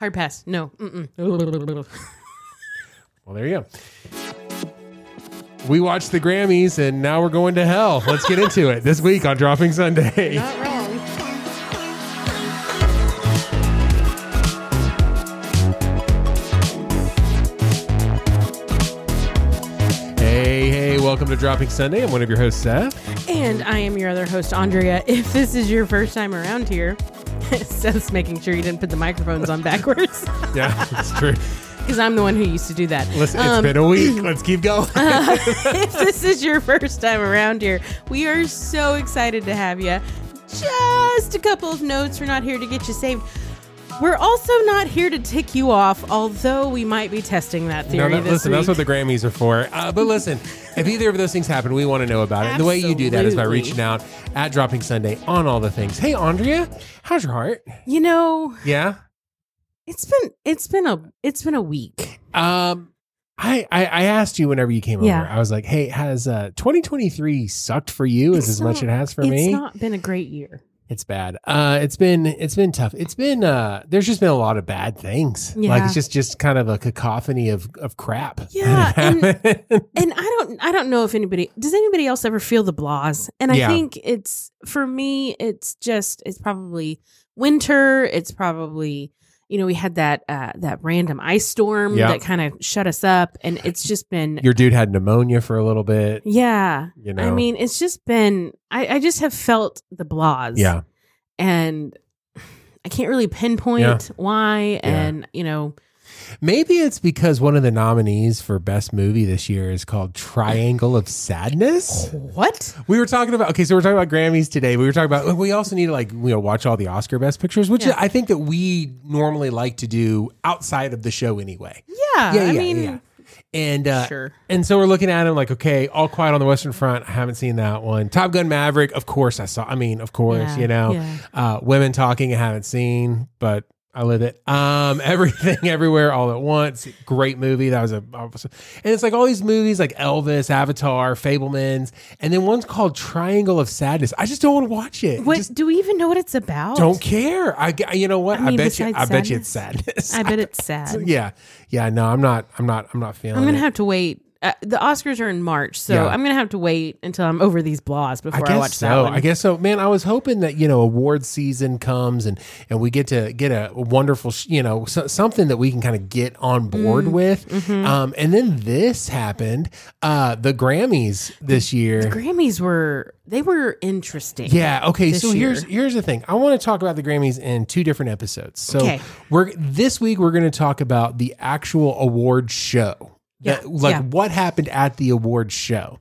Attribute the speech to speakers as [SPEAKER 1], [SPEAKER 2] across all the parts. [SPEAKER 1] Hard pass. No. Mm-mm.
[SPEAKER 2] Well, there you go. We watched the Grammys and now we're going to hell. Let's get into it this week on Dropping Sunday.
[SPEAKER 1] Not wrong.
[SPEAKER 2] Hey, hey, welcome to Dropping Sunday. I'm one of your hosts, Seth.
[SPEAKER 1] And I am your other host, Andrea. If this is your first time around here, Seth's making sure you didn't put the microphones on backwards
[SPEAKER 2] Yeah, it's true.
[SPEAKER 1] because I'm the one who used to do that.
[SPEAKER 2] Listen, it's been a week. Let's keep going.
[SPEAKER 1] if this is your first time around here, we are so excited to have you. Just a couple of notes. We're not here to get you saved. We're also not here to tick you off, although we might be testing that
[SPEAKER 2] No,
[SPEAKER 1] theory
[SPEAKER 2] that-
[SPEAKER 1] this
[SPEAKER 2] listen,
[SPEAKER 1] week.
[SPEAKER 2] that's what the Grammys are for. Uh, but listen, if either of those things happen, we want to know about it. And the way you do that is by
[SPEAKER 1] Absolutely.
[SPEAKER 2] reaching out at Dropping Sunday on all the things. Hey, Andrea, how's your heart?
[SPEAKER 1] you know,
[SPEAKER 2] Yeah.
[SPEAKER 1] it's been it's been a it's been a week.
[SPEAKER 2] Um, I, I I asked you whenever you came
[SPEAKER 1] Yeah.
[SPEAKER 2] over. I was like, "Hey, has uh 2023 sucked for you as
[SPEAKER 1] It's
[SPEAKER 2] as much as it
[SPEAKER 1] not-
[SPEAKER 2] has for
[SPEAKER 1] it's
[SPEAKER 2] me?
[SPEAKER 1] not been a great year.
[SPEAKER 2] it's bad. Uh, it's been it's been tough. It's been uh, there's just been a lot of bad things. Like
[SPEAKER 1] Yeah.
[SPEAKER 2] it's just just kind of a cacophony of of crap. that
[SPEAKER 1] Yeah, and-
[SPEAKER 2] happened.
[SPEAKER 1] And I don't I don't know if anybody does anybody else ever feel the blahs. And I
[SPEAKER 2] Yeah.
[SPEAKER 1] think it's for me it's just it's probably winter, it's probably you know we had that uh that random ice storm
[SPEAKER 2] Yeah.
[SPEAKER 1] that kind of shut us up and it's just been
[SPEAKER 2] your dude had pneumonia for a little bit.
[SPEAKER 1] yeah.
[SPEAKER 2] You know.
[SPEAKER 1] I mean, it's just been I I just have felt the blahs.
[SPEAKER 2] yeah,
[SPEAKER 1] And I can't really pinpoint
[SPEAKER 2] Yeah.
[SPEAKER 1] why and you know
[SPEAKER 2] maybe it's because one of the nominees for best movie this year is called Triangle of Sadness.
[SPEAKER 1] what?
[SPEAKER 2] We were talking about okay, so we're talking about Grammys today. We were talking about we also need to like you know watch all the Oscar best pictures, which
[SPEAKER 1] Yeah.
[SPEAKER 2] I think that we normally like to do outside of the show anyway.
[SPEAKER 1] Yeah. Uh, I mean
[SPEAKER 2] And uh,
[SPEAKER 1] sure.
[SPEAKER 2] and so we're looking at him like okay, All Quiet on the Western Front. I haven't seen that one. Top Gun Maverick, of course I saw. I mean, of course,
[SPEAKER 1] Yeah,
[SPEAKER 2] you know,
[SPEAKER 1] yeah.
[SPEAKER 2] uh, Women Talking. I haven't seen, but. I live it. Um, everything, everywhere, all at once. Great movie. That was a, and it's like all these movies like Elvis, Avatar, Fablemans, and then one's called Triangle of Sadness. I just don't want to watch it.
[SPEAKER 1] What
[SPEAKER 2] Just
[SPEAKER 1] do we even know what it's about?
[SPEAKER 2] don't care. I, g- you know what? I,
[SPEAKER 1] I mean,
[SPEAKER 2] bet you. I
[SPEAKER 1] besides
[SPEAKER 2] bet you it's sadness.
[SPEAKER 1] I bet it's sad.
[SPEAKER 2] yeah, yeah. No, I'm not. I'm not. I'm not feeling.
[SPEAKER 1] I'm gonna
[SPEAKER 2] it.
[SPEAKER 1] have to wait. Uh, the Oscars are in March, so
[SPEAKER 2] Yeah.
[SPEAKER 1] I'm gonna have to wait until I'm over these blahs
[SPEAKER 2] I
[SPEAKER 1] before I,
[SPEAKER 2] guess
[SPEAKER 1] watch
[SPEAKER 2] so.
[SPEAKER 1] that one.
[SPEAKER 2] I guess so, man. I was hoping that you know award season comes and and we get to get a wonderful, sh- you know, so, something that we can kind of get on board
[SPEAKER 1] Mm,
[SPEAKER 2] with.
[SPEAKER 1] mm-hmm.
[SPEAKER 2] Um, and then this happened. Uh, the Grammys this year.
[SPEAKER 1] Grammys were they were interesting.
[SPEAKER 2] yeah. Okay.
[SPEAKER 1] this
[SPEAKER 2] So here's
[SPEAKER 1] year.
[SPEAKER 2] here's the thing. I want to talk about the Grammys in two different episodes. So
[SPEAKER 1] Okay.
[SPEAKER 2] we're this week we're going to talk about the actual award show. That,
[SPEAKER 1] Yeah,
[SPEAKER 2] like
[SPEAKER 1] yeah. Mm-hmm.
[SPEAKER 2] what happened at the award show.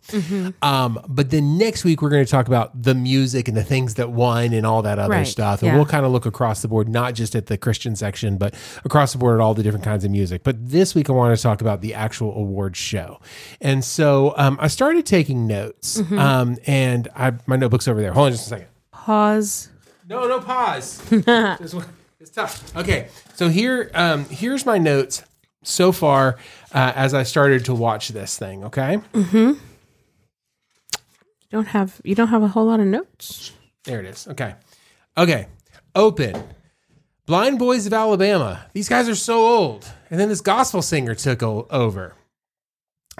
[SPEAKER 2] Um, but then next week we're going to talk about the music and the things that won and all that other
[SPEAKER 1] Right,
[SPEAKER 2] stuff. And
[SPEAKER 1] yeah.
[SPEAKER 2] we'll kind of look across the board, not just at the Christian section, but across the board at all the different kinds of music. But this week I want to talk about the actual award show. And so um, I started taking notes.
[SPEAKER 1] Mm-hmm.
[SPEAKER 2] Um, and I my notebook's over there. Hold on just a second.
[SPEAKER 1] Pause.
[SPEAKER 2] No, no pause. This one- it's tough. Okay, so here, um, here's my notes so far uh, as I started to watch this thing. Okay,
[SPEAKER 1] You don't have you don't have a whole lot of notes.
[SPEAKER 2] there it is. Okay, okay, open. Blind Boys of Alabama. These guys are so old. And then this gospel singer took o- over.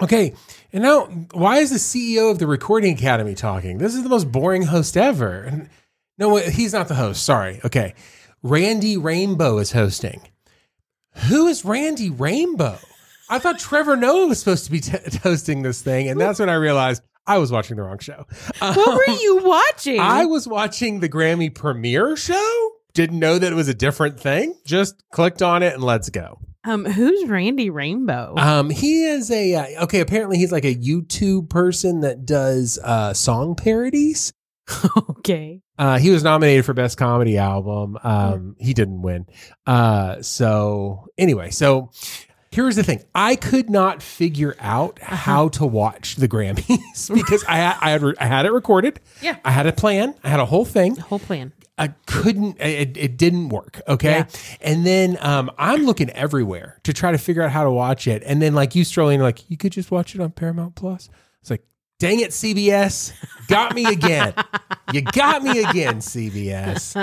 [SPEAKER 2] Okay, and now why is the CEO of the Recording Academy talking? This is the most boring host ever. And- No, wait, he's not the host. Sorry. Okay. Randy Rainbow is hosting. Who is Randy Rainbow? I thought Trevor Noah was supposed to be t- hosting this thing, and that's when I realized I was watching the wrong show.
[SPEAKER 1] What were you watching?
[SPEAKER 2] I was watching the Grammy premiere show. Didn't know that it was a different thing. Just clicked on it and let's go.
[SPEAKER 1] um, who's Randy Rainbow?
[SPEAKER 2] Um, he is a uh, okay. Apparently, he's like a YouTube person that does uh, song parodies.
[SPEAKER 1] okay,
[SPEAKER 2] Uh, he was nominated for best comedy album. Um, he didn't win. Uh, so anyway, so here's the thing: I could not figure out how to watch the Grammys because I had, I had I had it recorded.
[SPEAKER 1] Yeah.
[SPEAKER 2] I had a plan. I had a whole thing.
[SPEAKER 1] the whole plan.
[SPEAKER 2] I couldn't. It, it didn't work. Okay,
[SPEAKER 1] Yeah.
[SPEAKER 2] and then um, I'm looking everywhere to try to figure out how to watch it, and then like you strolling, like you could just watch it on Paramount Plus. It's like Dang it, CBS. Got me again. you got me again, CBS.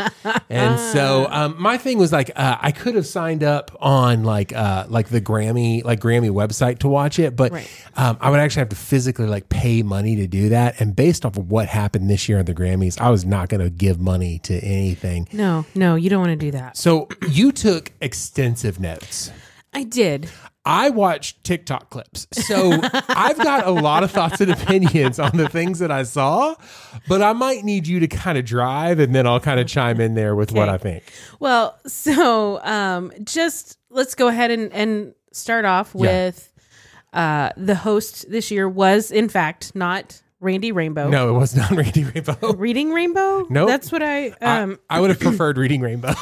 [SPEAKER 2] And
[SPEAKER 1] Ah.
[SPEAKER 2] so um, my thing was like, uh, I could have signed up on like uh, like the Grammy like Grammy website to watch it, but
[SPEAKER 1] Right.
[SPEAKER 2] um, I would actually have to physically like pay money to do that. And based off of what happened this year at the Grammys, I was not going to give money to anything.
[SPEAKER 1] No, no, you don't want to do that.
[SPEAKER 2] So you took extensive notes.
[SPEAKER 1] I did.
[SPEAKER 2] I watch TikTok clips. So I've got a lot of thoughts and opinions on the things that I saw, but I might need you to kind of drive and then I'll kind of chime in there with what
[SPEAKER 1] Okay.
[SPEAKER 2] I think.
[SPEAKER 1] Well, so um, just let's go ahead and, and start off with uh, the host this year was, in fact, not Randy Rainbow.
[SPEAKER 2] No, it was not Randy Rainbow.
[SPEAKER 1] Reading Rainbow?
[SPEAKER 2] Nope.
[SPEAKER 1] That's what I. Um,
[SPEAKER 2] I, I would have preferred reading Rainbow.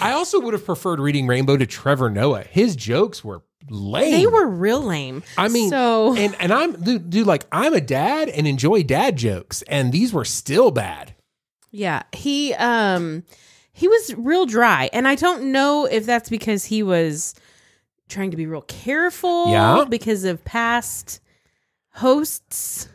[SPEAKER 2] I also would have preferred reading Rainbow to Trevor Noah. His jokes were lame.
[SPEAKER 1] they were real lame.
[SPEAKER 2] I mean,
[SPEAKER 1] so
[SPEAKER 2] and and I'm dude, dude, like I'm a dad and enjoy dad jokes, and these were still bad.
[SPEAKER 1] yeah, he um he was real dry, and I don't know if that's because he was trying to be real careful,
[SPEAKER 2] Yeah.
[SPEAKER 1] because of past hosts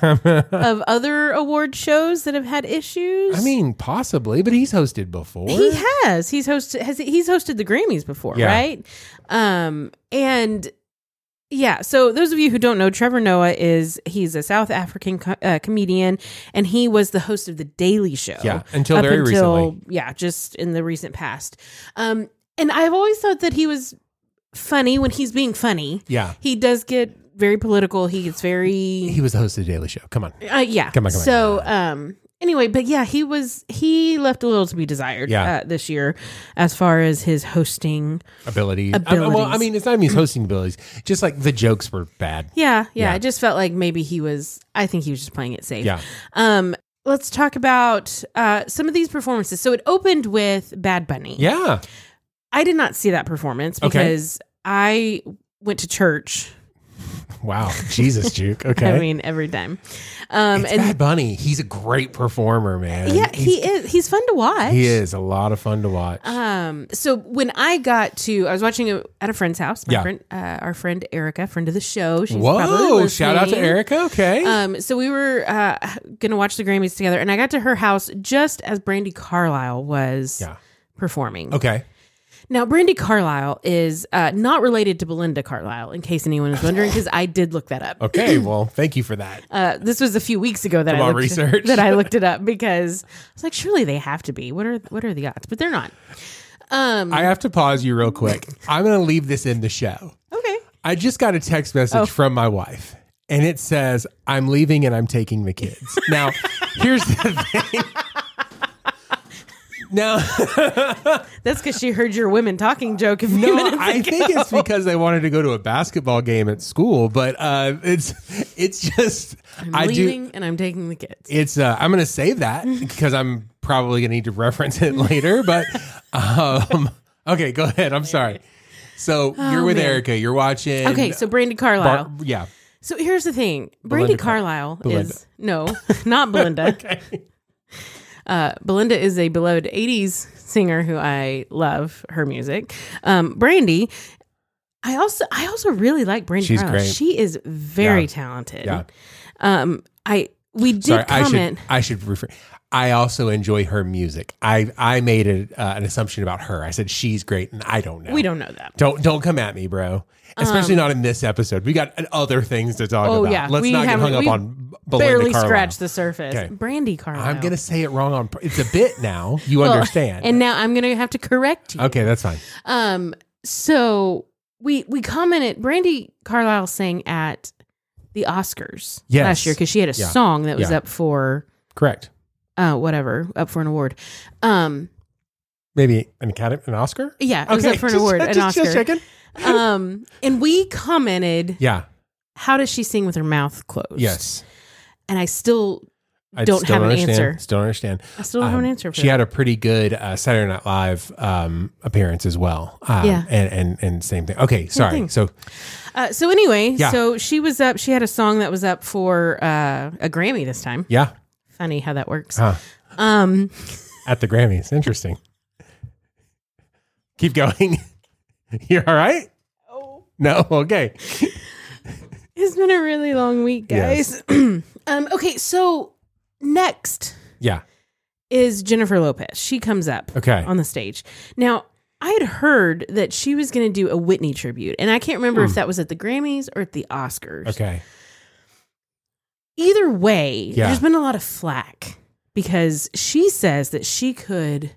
[SPEAKER 1] of other award shows that have had issues.
[SPEAKER 2] I mean, possibly, but he's hosted before.
[SPEAKER 1] He has. He's hosted. Has he's hosted the Grammys before,
[SPEAKER 2] Yeah.
[SPEAKER 1] right? Um, and yeah. So those of you who don't know, Trevor Noah is he's a South African co- uh, comedian, and he was the host of the Daily Show.
[SPEAKER 2] Yeah, until
[SPEAKER 1] up
[SPEAKER 2] very
[SPEAKER 1] until-
[SPEAKER 2] recently.
[SPEAKER 1] Yeah, just in the recent past. Um, and I've always thought that he was funny when he's being funny.
[SPEAKER 2] Yeah.
[SPEAKER 1] He does get very political. He gets very
[SPEAKER 2] He was the host of the Daily Show. Come on.
[SPEAKER 1] uh, yeah.
[SPEAKER 2] Come on, come on.
[SPEAKER 1] so, um, anyway, but yeah, he was he left a little to be desired.
[SPEAKER 2] Yeah.
[SPEAKER 1] Uh, this year, as far as his hosting.
[SPEAKER 2] Ability. I- I- well, I
[SPEAKER 1] Abilities.
[SPEAKER 2] mean, it's not even his hosting abilities. Just like the jokes were bad.
[SPEAKER 1] Yeah, yeah.
[SPEAKER 2] Yeah.
[SPEAKER 1] I just felt like maybe he was. I think he was just playing it safe.
[SPEAKER 2] Yeah.
[SPEAKER 1] Um. Let's talk about uh, some of these performances. So it opened with Bad Bunny.
[SPEAKER 2] Yeah.
[SPEAKER 1] I did not see that performance
[SPEAKER 2] Okay.
[SPEAKER 1] because I went to church.
[SPEAKER 2] Wow. Jesus, Juke. Okay.
[SPEAKER 1] I mean, every time. Um,
[SPEAKER 2] it's
[SPEAKER 1] and
[SPEAKER 2] Bad Bunny. He's a great performer, man.
[SPEAKER 1] yeah,
[SPEAKER 2] He's-
[SPEAKER 1] he is. He's fun to watch.
[SPEAKER 2] he is a lot of fun to watch.
[SPEAKER 1] Um. So when I got to, I was watching it at a friend's house. My
[SPEAKER 2] Yeah.
[SPEAKER 1] friend, uh, our friend Erica, friend of the show. She's probably
[SPEAKER 2] Whoa! Shout out to
[SPEAKER 1] listening.
[SPEAKER 2] Erica. Okay.
[SPEAKER 1] Um. So we were uh, gonna watch the Grammys together, and I got to her house just as Brandy Carlisle was
[SPEAKER 2] Yeah.
[SPEAKER 1] performing.
[SPEAKER 2] okay.
[SPEAKER 1] Now, Brandy Carlisle is uh, not related to Belinda Carlisle, in case anyone is wondering, because I did look that up.
[SPEAKER 2] Okay. well, thank you for that.
[SPEAKER 1] Uh, this was a few weeks ago that
[SPEAKER 2] Come
[SPEAKER 1] I
[SPEAKER 2] on,
[SPEAKER 1] looked,
[SPEAKER 2] research.
[SPEAKER 1] that I looked it up because I was like, surely they have to be. What are what are the odds? But they're not. Um.
[SPEAKER 2] I have to pause you real quick. I'm going to leave this in the show.
[SPEAKER 1] okay.
[SPEAKER 2] I just got a text message
[SPEAKER 1] Oh.
[SPEAKER 2] from my wife, and it says, "I'm leaving and I'm taking the kids." Now, here's the thing. Now,
[SPEAKER 1] That's because she heard your women talking joke a few
[SPEAKER 2] no,
[SPEAKER 1] minutes
[SPEAKER 2] I
[SPEAKER 1] ago.
[SPEAKER 2] think it's because they wanted to go to a basketball game at school, but uh, it's it's just
[SPEAKER 1] I'm
[SPEAKER 2] I do
[SPEAKER 1] leaving and I'm taking the kids.
[SPEAKER 2] it's uh, I'm gonna save that because I'm probably gonna need to reference it later. But um, okay, go ahead. I'm sorry. So you're with
[SPEAKER 1] Oh, man.
[SPEAKER 2] Erica. You're watching.
[SPEAKER 1] Okay, so Brandy Carlisle.
[SPEAKER 2] Bar- yeah.
[SPEAKER 1] so here's the thing. Brandy
[SPEAKER 2] Belinda Car-
[SPEAKER 1] Carlisle is no, not Belinda. uh, Belinda is a beloved 80s singer who I love her music. Um, Brandy I also I also really like Brandy
[SPEAKER 2] She's
[SPEAKER 1] Carlisle.
[SPEAKER 2] great.
[SPEAKER 1] She is very
[SPEAKER 2] Yeah.
[SPEAKER 1] talented.
[SPEAKER 2] Yeah.
[SPEAKER 1] Um I we did
[SPEAKER 2] Sorry,
[SPEAKER 1] comment.
[SPEAKER 2] I should I should refer. I also enjoy her music. I I made a, uh, an assumption about her. I said she's great, and I don't know.
[SPEAKER 1] we don't know that.
[SPEAKER 2] Don't don't come at me, bro. Especially not in this episode. We got other things to talk
[SPEAKER 1] Oh,
[SPEAKER 2] about.
[SPEAKER 1] yeah.
[SPEAKER 2] Let's
[SPEAKER 1] We
[SPEAKER 2] not get
[SPEAKER 1] haven't-
[SPEAKER 2] hung up
[SPEAKER 1] we
[SPEAKER 2] on Belinda
[SPEAKER 1] Barely
[SPEAKER 2] Carlisle.
[SPEAKER 1] scratched the surface.
[SPEAKER 2] Okay.
[SPEAKER 1] Brandy Carlisle.
[SPEAKER 2] I'm gonna say it wrong on. pur- It's a bit now. You
[SPEAKER 1] Well,
[SPEAKER 2] understand?
[SPEAKER 1] And now I'm gonna have to correct you.
[SPEAKER 2] okay, that's fine.
[SPEAKER 1] Um, so we we commented Brandy Carlisle sang at the Oscars
[SPEAKER 2] Yes.
[SPEAKER 1] last year because she had a
[SPEAKER 2] Yeah.
[SPEAKER 1] song that was
[SPEAKER 2] Yeah.
[SPEAKER 1] up for
[SPEAKER 2] Correct.
[SPEAKER 1] uh whatever up for an award. Um,
[SPEAKER 2] Maybe an academy, an Oscar.
[SPEAKER 1] yeah, it was up for an
[SPEAKER 2] just-
[SPEAKER 1] award, an
[SPEAKER 2] just- just
[SPEAKER 1] Oscar.
[SPEAKER 2] checking.
[SPEAKER 1] um, and we commented,
[SPEAKER 2] Yeah.
[SPEAKER 1] "How does she sing with her mouth closed?"
[SPEAKER 2] Yes.
[SPEAKER 1] and I still
[SPEAKER 2] I
[SPEAKER 1] Don't
[SPEAKER 2] still
[SPEAKER 1] have an
[SPEAKER 2] understand.
[SPEAKER 1] answer.
[SPEAKER 2] Still don't understand.
[SPEAKER 1] I still don't have an
[SPEAKER 2] Um,
[SPEAKER 1] answer for
[SPEAKER 2] she
[SPEAKER 1] that.
[SPEAKER 2] had a pretty good uh, Saturday Night Live um, appearance as well. Um,
[SPEAKER 1] Yeah.
[SPEAKER 2] and, and and same thing. Okay, sorry.
[SPEAKER 1] thing.
[SPEAKER 2] So
[SPEAKER 1] Uh, so anyway,
[SPEAKER 2] Yeah.
[SPEAKER 1] so she was up. She had a song that was up for uh, a Grammy this time.
[SPEAKER 2] yeah,
[SPEAKER 1] Funny how that works.
[SPEAKER 2] Huh.
[SPEAKER 1] Um,
[SPEAKER 2] at the Grammys, interesting. Keep going. You're all right. No, okay.
[SPEAKER 1] his has been a really long week, guys. um, okay, so next
[SPEAKER 2] Yeah.
[SPEAKER 1] is Jennifer Lopez. She comes up
[SPEAKER 2] Okay.
[SPEAKER 1] on the stage. Now, I had heard that she was going to do a Whitney tribute, and I can't remember if that was at the Grammys or at the Oscars.
[SPEAKER 2] Hmm. Okay.
[SPEAKER 1] Either way,
[SPEAKER 2] Yeah.
[SPEAKER 1] there's been a lot of flack because she says that she could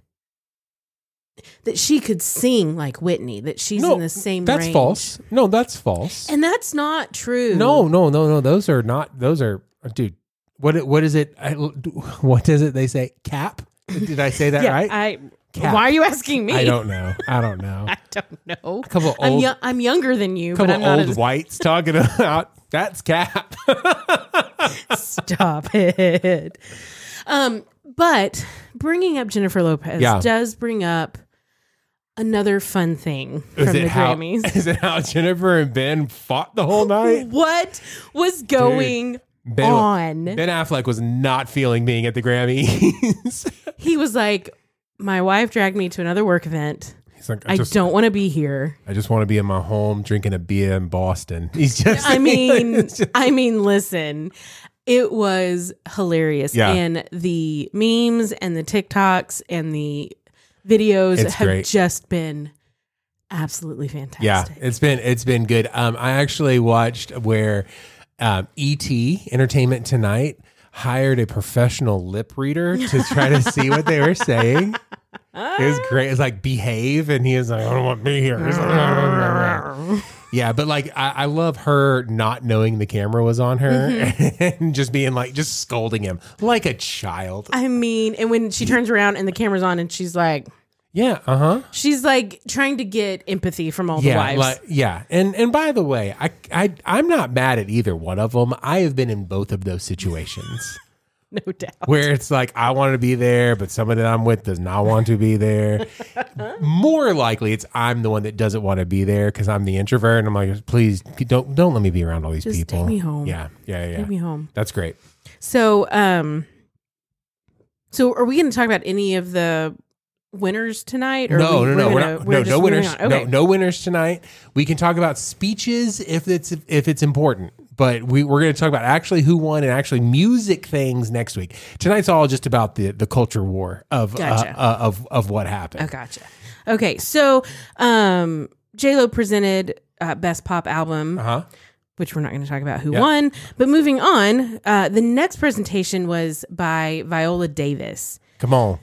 [SPEAKER 1] that she could sing like Whitney, that she's
[SPEAKER 2] No,
[SPEAKER 1] in the same
[SPEAKER 2] That's
[SPEAKER 1] range.
[SPEAKER 2] false. No, that's false.
[SPEAKER 1] And that's not true.
[SPEAKER 2] No, no, no, no. Those are not. Those are, dude. What it- what is it? I, what is it? They say cap. Did I say that
[SPEAKER 1] Yeah,
[SPEAKER 2] right?
[SPEAKER 1] I
[SPEAKER 2] Cap.
[SPEAKER 1] Why are you asking me?
[SPEAKER 2] I don't know. I don't know.
[SPEAKER 1] I don't know.
[SPEAKER 2] A couple
[SPEAKER 1] I'm,
[SPEAKER 2] old,
[SPEAKER 1] yo- I'm younger than you, but
[SPEAKER 2] couple
[SPEAKER 1] I'm not
[SPEAKER 2] old
[SPEAKER 1] as-
[SPEAKER 2] whites talking about that's cap.
[SPEAKER 1] Stop it. Um, but bringing up Jennifer Lopez
[SPEAKER 2] Yeah.
[SPEAKER 1] does bring up another fun thing
[SPEAKER 2] Is
[SPEAKER 1] from the
[SPEAKER 2] it how?
[SPEAKER 1] Grammys.
[SPEAKER 2] Is it how Jennifer and Ben fought the whole night?
[SPEAKER 1] What was going
[SPEAKER 2] Ben,
[SPEAKER 1] on?
[SPEAKER 2] Ben Affleck was not feeling being at the Grammys.
[SPEAKER 1] He was like, "My wife dragged me to another work event.
[SPEAKER 2] He's like,
[SPEAKER 1] I don't want to be here."
[SPEAKER 2] I just want to be in my home drinking a beer in Boston. He's just.
[SPEAKER 1] I mean, I mean, listen, it was hilarious,
[SPEAKER 2] Yeah.
[SPEAKER 1] and the memes and the TikToks and the videos
[SPEAKER 2] It's
[SPEAKER 1] have
[SPEAKER 2] great.
[SPEAKER 1] just been absolutely fantastic.
[SPEAKER 2] Yeah, it's been it's been good. Um, I actually watched where um, ET Entertainment Tonight hired a professional lip reader to try to see what they were saying. It was great. It's like behave, and he was like, "I don't want me here." yeah, but like I, I love her not knowing the camera was on her and just being like just scolding him like a child.
[SPEAKER 1] I mean, and when she turns around and the camera's on, and she's like,
[SPEAKER 2] Yeah, uh huh.
[SPEAKER 1] she's like trying to get empathy from all the
[SPEAKER 2] yeah,
[SPEAKER 1] wives.
[SPEAKER 2] like- yeah, and and by the way, I I I'm not mad at either one of them. I have been in both of those situations
[SPEAKER 1] no doubt.
[SPEAKER 2] where it's like I want to be there, but someone that I'm with does not want to be there. More likely, it's I'm the one that doesn't want to be there because I'm the introvert, and I'm like, please don't don't let me be around all these
[SPEAKER 1] Just
[SPEAKER 2] people.
[SPEAKER 1] take me home.
[SPEAKER 2] Yeah, yeah, yeah.
[SPEAKER 1] Take me home.
[SPEAKER 2] That's great.
[SPEAKER 1] So, um, so are we going to talk about any of the winners tonight? Or
[SPEAKER 2] no,
[SPEAKER 1] we-
[SPEAKER 2] no, no,
[SPEAKER 1] we're
[SPEAKER 2] we're
[SPEAKER 1] gonna-
[SPEAKER 2] not,
[SPEAKER 1] we're
[SPEAKER 2] no,
[SPEAKER 1] just
[SPEAKER 2] no
[SPEAKER 1] moving
[SPEAKER 2] winners,
[SPEAKER 1] on? Okay.
[SPEAKER 2] no, no winners tonight. We can talk about speeches if it's if it's important, but we we're going to talk about actually who won and actually music things next week. Tonight's all just about the the culture war of uh,
[SPEAKER 1] Gotcha.
[SPEAKER 2] uh, of of what happened.
[SPEAKER 1] Oh, gotcha. Okay, so um, J Lo presented uh, Best Pop Album,
[SPEAKER 2] Uh-huh.
[SPEAKER 1] which we're not going to talk about who
[SPEAKER 2] Yeah.
[SPEAKER 1] won. But moving on, uh, the next presentation was by Viola Davis.
[SPEAKER 2] Come on,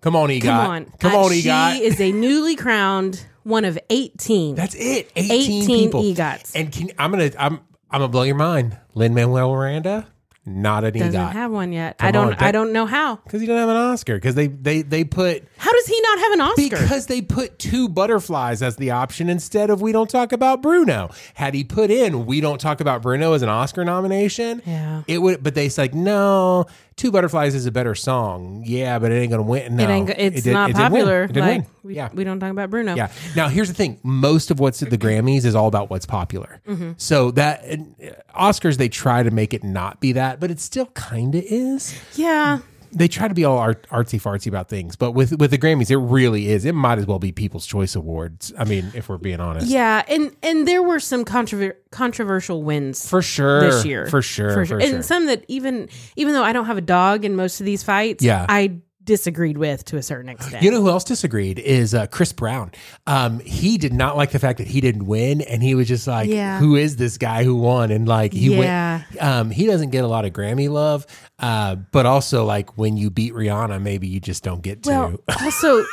[SPEAKER 2] come on, EGOT,
[SPEAKER 1] Come on,
[SPEAKER 2] come
[SPEAKER 1] Uh,
[SPEAKER 2] on,
[SPEAKER 1] she
[SPEAKER 2] EGOT.
[SPEAKER 1] is a newly crowned one of eighteen.
[SPEAKER 2] That's it. Eighteen,
[SPEAKER 1] 18
[SPEAKER 2] people.
[SPEAKER 1] EGOTs.
[SPEAKER 2] And can, I'm gonna I'm I'm gonna blow your mind. Lin Manuel Miranda, not an
[SPEAKER 1] doesn't
[SPEAKER 2] EGOT
[SPEAKER 1] have one yet.
[SPEAKER 2] Come
[SPEAKER 1] I don't.
[SPEAKER 2] on,
[SPEAKER 1] I
[SPEAKER 2] that-
[SPEAKER 1] don't know how.
[SPEAKER 2] because he doesn't have an Oscar because they they they put.
[SPEAKER 1] How does he not have an Oscar?
[SPEAKER 2] Because they put two butterflies as the option instead of we don't talk about Bruno. Had he put in we don't talk about Bruno as an Oscar nomination,
[SPEAKER 1] Yeah.
[SPEAKER 2] it would. But they said no, two butterflies is a better song. Yeah, but it ain't gonna win. No,
[SPEAKER 1] it ain't, go-
[SPEAKER 2] It
[SPEAKER 1] it's
[SPEAKER 2] did-
[SPEAKER 1] not
[SPEAKER 2] it didn't win.
[SPEAKER 1] popular.
[SPEAKER 2] It didn't
[SPEAKER 1] like
[SPEAKER 2] win.
[SPEAKER 1] we,
[SPEAKER 2] yeah.
[SPEAKER 1] we don't talk about Bruno.
[SPEAKER 2] yeah. Now here's the thing: most of what's at the Grammys is all about what's popular.
[SPEAKER 1] Mm-hmm.
[SPEAKER 2] So that and, uh, Oscars, they try to make it not be that, but it still kind of is
[SPEAKER 1] yeah.
[SPEAKER 2] they try to be all art, artsy fartsy about things, but with with the Grammys, it really is. It might as well be People's Choice Awards. I mean, if we're being honest,
[SPEAKER 1] Yeah, and and there were some controver- controversial wins
[SPEAKER 2] for sure,
[SPEAKER 1] this year,
[SPEAKER 2] for sure, for sure.
[SPEAKER 1] and some that even even though I don't have a dog in most of these fights,
[SPEAKER 2] Yeah.
[SPEAKER 1] I disagreed with to a certain extent.
[SPEAKER 2] you know who else disagreed is uh, Chris Brown. Um, he did not like the fact that he didn't win, and he was just like,
[SPEAKER 1] Yeah.
[SPEAKER 2] "Who is this guy who won?" And like, he
[SPEAKER 1] Yeah.
[SPEAKER 2] went. Um, he doesn't get a lot of Grammy love, uh, but also like when you beat Rihanna, maybe you just don't get
[SPEAKER 1] well,
[SPEAKER 2] to
[SPEAKER 1] also,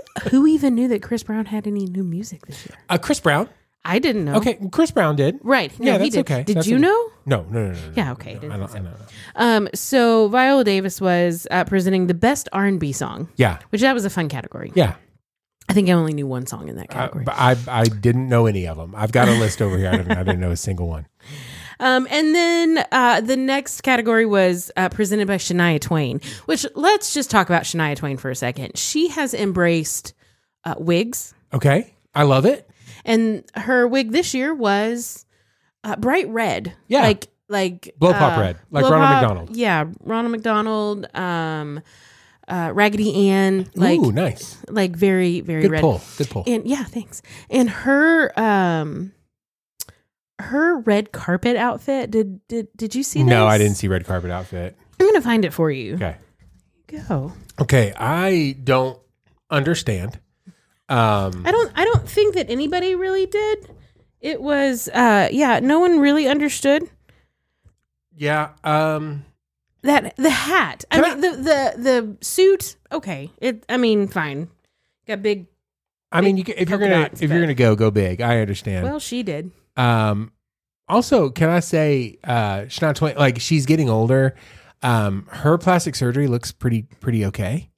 [SPEAKER 1] who even knew that Chris Brown had any new music this year?
[SPEAKER 2] uh, Chris Brown.
[SPEAKER 1] I didn't know.
[SPEAKER 2] Okay, Chris Brown did.
[SPEAKER 1] right? No,
[SPEAKER 2] Yeah,
[SPEAKER 1] he
[SPEAKER 2] that's
[SPEAKER 1] did.
[SPEAKER 2] okay.
[SPEAKER 1] Did
[SPEAKER 2] That's
[SPEAKER 1] you
[SPEAKER 2] okay.
[SPEAKER 1] know?
[SPEAKER 2] No, no, no, no. no,
[SPEAKER 1] Yeah,
[SPEAKER 2] no,
[SPEAKER 1] okay,
[SPEAKER 2] no,
[SPEAKER 1] didn't
[SPEAKER 2] I don't,
[SPEAKER 1] think
[SPEAKER 2] I don't know.
[SPEAKER 1] Um, so Viola Davis was uh, presenting the best R and B song,
[SPEAKER 2] Yeah,
[SPEAKER 1] which that was a fun category.
[SPEAKER 2] yeah. Uh,
[SPEAKER 1] I think I only knew one song in that
[SPEAKER 2] I,
[SPEAKER 1] category.
[SPEAKER 2] but I I didn't know any of them. I've got a list over here. I didn't, I didn't know a single one.
[SPEAKER 1] Um, and then uh, the next category was uh, presented by Shania Twain, which let's just talk about Shania Twain for a second. She has embraced uh, wigs,
[SPEAKER 2] Okay, I love it.
[SPEAKER 1] and her wig this year was uh, bright red.
[SPEAKER 2] Yeah.
[SPEAKER 1] like like
[SPEAKER 2] Blow pop
[SPEAKER 1] uh,
[SPEAKER 2] red, like
[SPEAKER 1] blow
[SPEAKER 2] Ronald
[SPEAKER 1] pop-
[SPEAKER 2] McDonald.
[SPEAKER 1] Yeah, Ronald McDonald, um, uh, Raggedy Ann, like
[SPEAKER 2] Ooh, nice.
[SPEAKER 1] like very very
[SPEAKER 2] Good
[SPEAKER 1] red.
[SPEAKER 2] pull. Good pull.
[SPEAKER 1] And yeah, thanks. And her um her red carpet outfit. Did did did you see?
[SPEAKER 2] No,
[SPEAKER 1] this?
[SPEAKER 2] I didn't see red carpet outfit.
[SPEAKER 1] I'm gonna find it for you.
[SPEAKER 2] Okay.
[SPEAKER 1] Go.
[SPEAKER 2] Okay, I don't understand. Um,
[SPEAKER 1] I don't I don't think that anybody really did. It was uh yeah, no one really understood
[SPEAKER 2] yeah. Um,
[SPEAKER 1] that the hat. I mean
[SPEAKER 2] Can
[SPEAKER 1] the the the suit, okay. It I mean fine. Got big
[SPEAKER 2] I mean, you, ca- if you're gonna
[SPEAKER 1] Coconuts,
[SPEAKER 2] if you're
[SPEAKER 1] but-
[SPEAKER 2] gonna go, go big. I understand.
[SPEAKER 1] well she did.
[SPEAKER 2] Um, also, can I say, uh, she's not twenty. Like she's getting older. Um, her plastic surgery looks pretty pretty okay.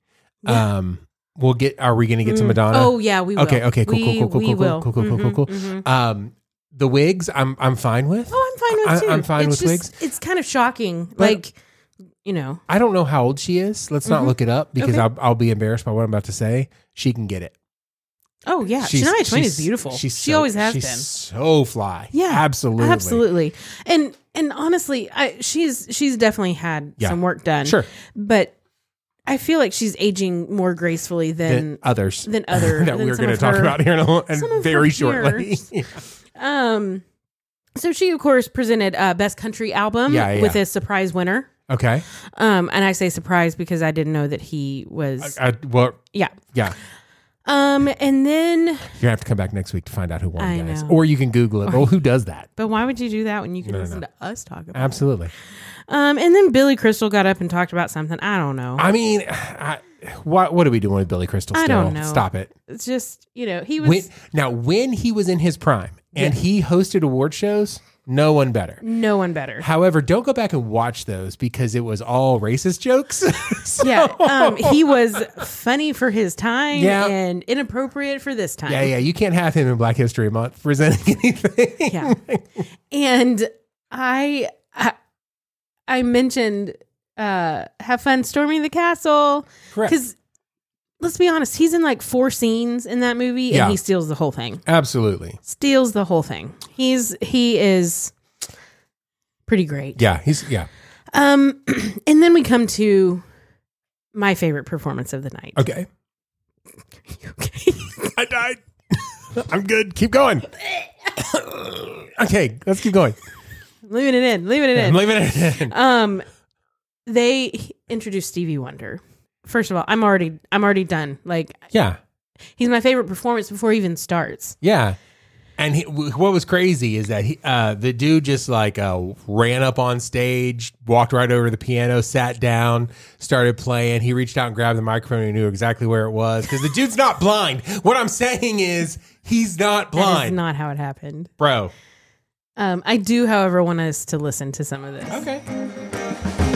[SPEAKER 2] Um, we'll get. Are we gonna get to
[SPEAKER 1] Mm.
[SPEAKER 2] Madonna?
[SPEAKER 1] Oh yeah, we will.
[SPEAKER 2] Okay, okay, cool, cool,
[SPEAKER 1] We-
[SPEAKER 2] cool, cool,
[SPEAKER 1] we
[SPEAKER 2] cool, cool,
[SPEAKER 1] will.
[SPEAKER 2] cool, cool, cool,
[SPEAKER 1] Mhm,
[SPEAKER 2] cool.
[SPEAKER 1] mhm.
[SPEAKER 2] Um, the wigs, I'm I'm fine with.
[SPEAKER 1] Oh, I'm fine with
[SPEAKER 2] I-
[SPEAKER 1] too.
[SPEAKER 2] I'm fine
[SPEAKER 1] it's
[SPEAKER 2] with
[SPEAKER 1] just, It's kind of shocking. like you know.
[SPEAKER 2] I don't know how old she is. Let's not look it up because
[SPEAKER 1] Mm-hmm. Okay.
[SPEAKER 2] I'll, I'll be embarrassed by what I'm about to say. She can get it.
[SPEAKER 1] Oh yeah.
[SPEAKER 2] She's-
[SPEAKER 1] Shania Twain is
[SPEAKER 2] she's-
[SPEAKER 1] beautiful.
[SPEAKER 2] She's
[SPEAKER 1] she
[SPEAKER 2] so-
[SPEAKER 1] always has
[SPEAKER 2] she's
[SPEAKER 1] been.
[SPEAKER 2] So fly.
[SPEAKER 1] Yeah,
[SPEAKER 2] absolutely,
[SPEAKER 1] Absolutely. And and honestly, I she's she's definitely had
[SPEAKER 2] Yeah.
[SPEAKER 1] some work done.
[SPEAKER 2] Sure.
[SPEAKER 1] But I feel like she's aging more gracefully
[SPEAKER 2] Than
[SPEAKER 1] than
[SPEAKER 2] others
[SPEAKER 1] than other
[SPEAKER 2] that
[SPEAKER 1] than
[SPEAKER 2] we're
[SPEAKER 1] some
[SPEAKER 2] going to
[SPEAKER 1] of
[SPEAKER 2] talk
[SPEAKER 1] her-
[SPEAKER 2] about here in, a,
[SPEAKER 1] some
[SPEAKER 2] in
[SPEAKER 1] of
[SPEAKER 2] very
[SPEAKER 1] her
[SPEAKER 2] shortly.
[SPEAKER 1] peers. Um so she of course presented uh best country album
[SPEAKER 2] Yeah, yeah,
[SPEAKER 1] with
[SPEAKER 2] yeah.
[SPEAKER 1] a surprise winner.
[SPEAKER 2] okay.
[SPEAKER 1] Um and I say surprise because I didn't know that he was
[SPEAKER 2] I, I- well,
[SPEAKER 1] yeah.
[SPEAKER 2] yeah.
[SPEAKER 1] Um and then
[SPEAKER 2] You're gonna have to come back next week to find out who won,
[SPEAKER 1] I
[SPEAKER 2] guys.
[SPEAKER 1] know.
[SPEAKER 2] Or you can Google it. Well, who does that?
[SPEAKER 1] but why would you do that when you can
[SPEAKER 2] No, no,
[SPEAKER 1] listen
[SPEAKER 2] no.
[SPEAKER 1] to us talk about it?
[SPEAKER 2] Absolutely.
[SPEAKER 1] Um and then Billy Crystal got up and talked about something. I don't know.
[SPEAKER 2] I mean, I, what what are we doing with Billy Crystal? Still?
[SPEAKER 1] I don't know.
[SPEAKER 2] Stop it.
[SPEAKER 1] it's just, you know, he was
[SPEAKER 2] When, now, when he was in his prime and he hosted award shows, no one better.
[SPEAKER 1] no one better.
[SPEAKER 2] However, don't go back and watch those because it was all racist jokes. So-
[SPEAKER 1] Yeah, um, he was funny for his time
[SPEAKER 2] Yeah.
[SPEAKER 1] and inappropriate for this time.
[SPEAKER 2] Yeah, yeah. You can't have him in Black History Month presenting anything.
[SPEAKER 1] Yeah. And I, I, I mentioned uh, have fun storming the castle
[SPEAKER 2] Correct.
[SPEAKER 1] because let's be honest, he's in like four scenes in that movie,
[SPEAKER 2] Yeah.
[SPEAKER 1] and he steals the whole thing.
[SPEAKER 2] Absolutely.
[SPEAKER 1] Steals the whole thing. He's he is pretty great.
[SPEAKER 2] Yeah. He's yeah.
[SPEAKER 1] Um, and then we come to my favorite performance of the night.
[SPEAKER 2] Okay.
[SPEAKER 1] okay.
[SPEAKER 2] I died. I'm good. Keep going. okay, let's keep going.
[SPEAKER 1] leaving it in. Leaving it in.
[SPEAKER 2] I'm leaving it in.
[SPEAKER 1] Um, they introduced Stevie Wonder. First of all, I'm already I'm already done. Like
[SPEAKER 2] Yeah,
[SPEAKER 1] he's my favorite performance before he even starts.
[SPEAKER 2] yeah. And he, wh- what was crazy is that he, uh, the dude just like uh, ran up on stage, walked right over to the piano, sat down, started playing. He reached out and grabbed the microphone and knew exactly where it was because the dude's not blind. What I'm saying is he's not
[SPEAKER 1] That is
[SPEAKER 2] blind,
[SPEAKER 1] not how it happened.
[SPEAKER 2] bro.
[SPEAKER 1] Um, I do, however, want us to listen to some of this.
[SPEAKER 2] Okay.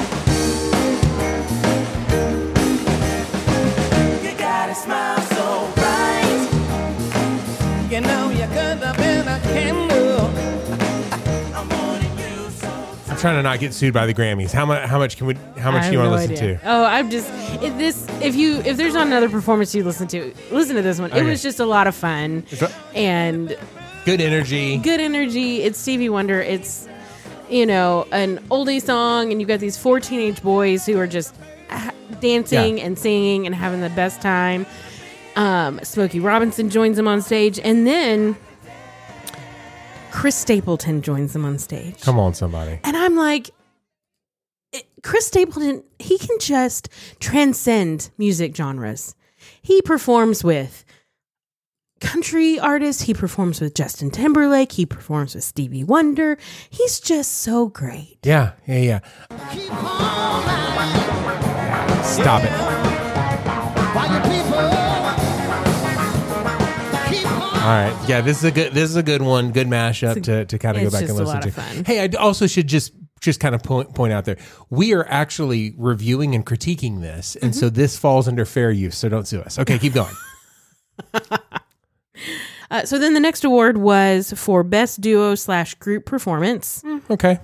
[SPEAKER 3] You gotta smile so bright. You know you could have been a candle. I'm wanting you so
[SPEAKER 2] I'm trying to not get sued by the Grammys. How much? How much can we? How
[SPEAKER 1] I
[SPEAKER 2] much do
[SPEAKER 1] have
[SPEAKER 2] you want
[SPEAKER 1] no
[SPEAKER 2] to listen
[SPEAKER 1] idea.
[SPEAKER 2] to?
[SPEAKER 1] Oh, I'm just if this if you if there's not another performance you listen to, listen to this one. It
[SPEAKER 2] Okay.
[SPEAKER 1] was just a lot of fun
[SPEAKER 2] It's a-
[SPEAKER 1] and
[SPEAKER 2] Good energy.
[SPEAKER 1] good energy. It's Stevie Wonder. It's you know an oldie song, and you got these four teenage boys who are just ha- dancing
[SPEAKER 2] Yeah.
[SPEAKER 1] and singing and having the best time. Um, Smokey Robinson joins them on stage, and then Chris Stapleton joins them on stage.
[SPEAKER 2] Come on, somebody.
[SPEAKER 1] And I'm like, it- Chris Stapleton, he can just transcend music genres. He performs with country artists, he performs with Justin Timberlake, he performs with Stevie Wonder. He's just so great.
[SPEAKER 2] Yeah, yeah, yeah.
[SPEAKER 4] Keep on lying
[SPEAKER 2] Stop it.
[SPEAKER 4] while you people keep
[SPEAKER 2] All
[SPEAKER 4] on.
[SPEAKER 2] right. Yeah, this is a good this is a good one, good mashup to, to kind of go
[SPEAKER 1] it's
[SPEAKER 2] back and
[SPEAKER 1] just a
[SPEAKER 2] listen
[SPEAKER 1] lot
[SPEAKER 2] to.
[SPEAKER 1] of fun.
[SPEAKER 2] Hey, I d- also should just just kind of point point out there. We are actually reviewing and critiquing this, and so this falls under fair use, so don't sue us. Okay, keep going.
[SPEAKER 1] Uh, so then the next award was for best duo slash group performance.
[SPEAKER 2] okay.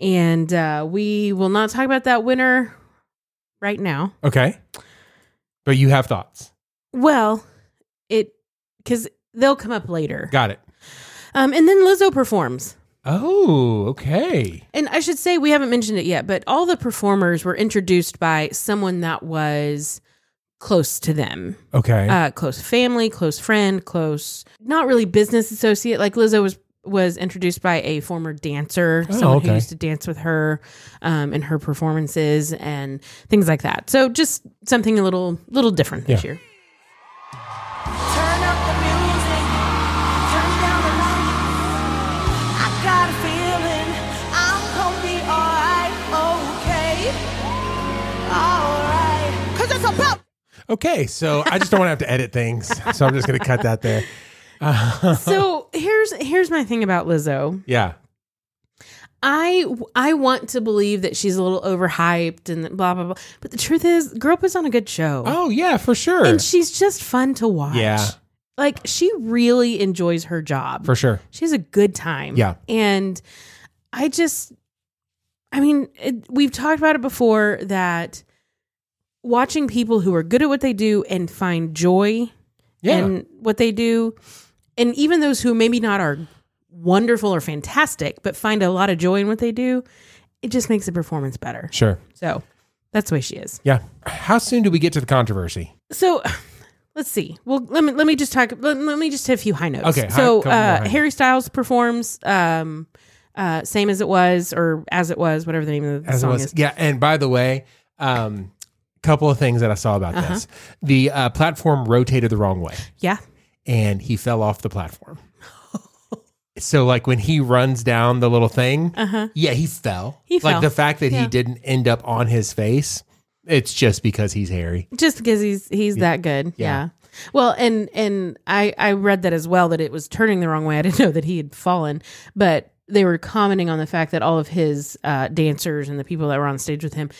[SPEAKER 1] And uh, we will not talk about that winner right now.
[SPEAKER 2] Okay. But you have thoughts.
[SPEAKER 1] Well, it, because they'll come up later.
[SPEAKER 2] Got it.
[SPEAKER 1] Um, and then Lizzo performs.
[SPEAKER 2] Oh, okay.
[SPEAKER 1] And I should say we haven't mentioned it yet, but all the performers were introduced by someone that was close to them.
[SPEAKER 2] Okay.
[SPEAKER 1] Uh close family, close friend, close not really business associate. Like Lizzo was was introduced by a former dancer,
[SPEAKER 2] Oh,
[SPEAKER 1] someone who
[SPEAKER 2] okay.
[SPEAKER 1] used to dance with her um, in her performances and things like that. So just something a little little different this
[SPEAKER 2] Yeah.
[SPEAKER 1] year.
[SPEAKER 3] Turn up the music, turn down the light. I got a feeling I'm gonna be alright, okay, alright. 'Cause it's about
[SPEAKER 2] Okay, so I just don't want to have to edit things, so I'm just going to cut that there.
[SPEAKER 1] so here's here's my thing about Lizzo.
[SPEAKER 2] Yeah,
[SPEAKER 1] I I want to believe that she's a little overhyped and blah blah blah. But the truth is, the girl puts on a good show.
[SPEAKER 2] Oh yeah, for sure.
[SPEAKER 1] And she's just fun to watch.
[SPEAKER 2] Yeah.
[SPEAKER 1] Like she really enjoys her job.
[SPEAKER 2] for sure.
[SPEAKER 1] She has a good time.
[SPEAKER 2] Yeah.
[SPEAKER 1] And I just, I mean, it, we've talked about it before that watching people who are good at what they do and find joy
[SPEAKER 2] Yeah.
[SPEAKER 1] in what they do, and even those who maybe not are wonderful or fantastic, but find a lot of joy in what they do, it just makes the performance better.
[SPEAKER 2] sure.
[SPEAKER 1] So that's the way she is.
[SPEAKER 2] Yeah. How soon do we get to the controversy?
[SPEAKER 1] so let's see. Well, let me let me just talk. Let, let me just hit a few high notes.
[SPEAKER 2] Okay, hi-
[SPEAKER 1] So
[SPEAKER 2] couple more high
[SPEAKER 1] uh,
[SPEAKER 2] notes.
[SPEAKER 1] Harry Styles performs, um, uh, same as it was or as it was, whatever the name of the
[SPEAKER 2] As it
[SPEAKER 1] song
[SPEAKER 2] was.
[SPEAKER 1] is.
[SPEAKER 2] Yeah, and by the way, um couple of things that I saw about
[SPEAKER 1] Uh-huh.
[SPEAKER 2] this. The uh, platform rotated the wrong way
[SPEAKER 1] Yeah.
[SPEAKER 2] and he fell off the platform. so like when he runs down the little thing, uh-huh. yeah, he fell.
[SPEAKER 1] He
[SPEAKER 2] like
[SPEAKER 1] fell.
[SPEAKER 2] the fact that
[SPEAKER 1] Yeah.
[SPEAKER 2] he didn't end up on his face, it's just because he's hairy.
[SPEAKER 1] just because he's he's that good. Yeah.
[SPEAKER 2] Yeah.
[SPEAKER 1] Well, and and I I read that as well that it was turning the wrong way. I didn't know that he had fallen, but they were commenting on the fact that all of his uh, dancers and the people that were on stage with him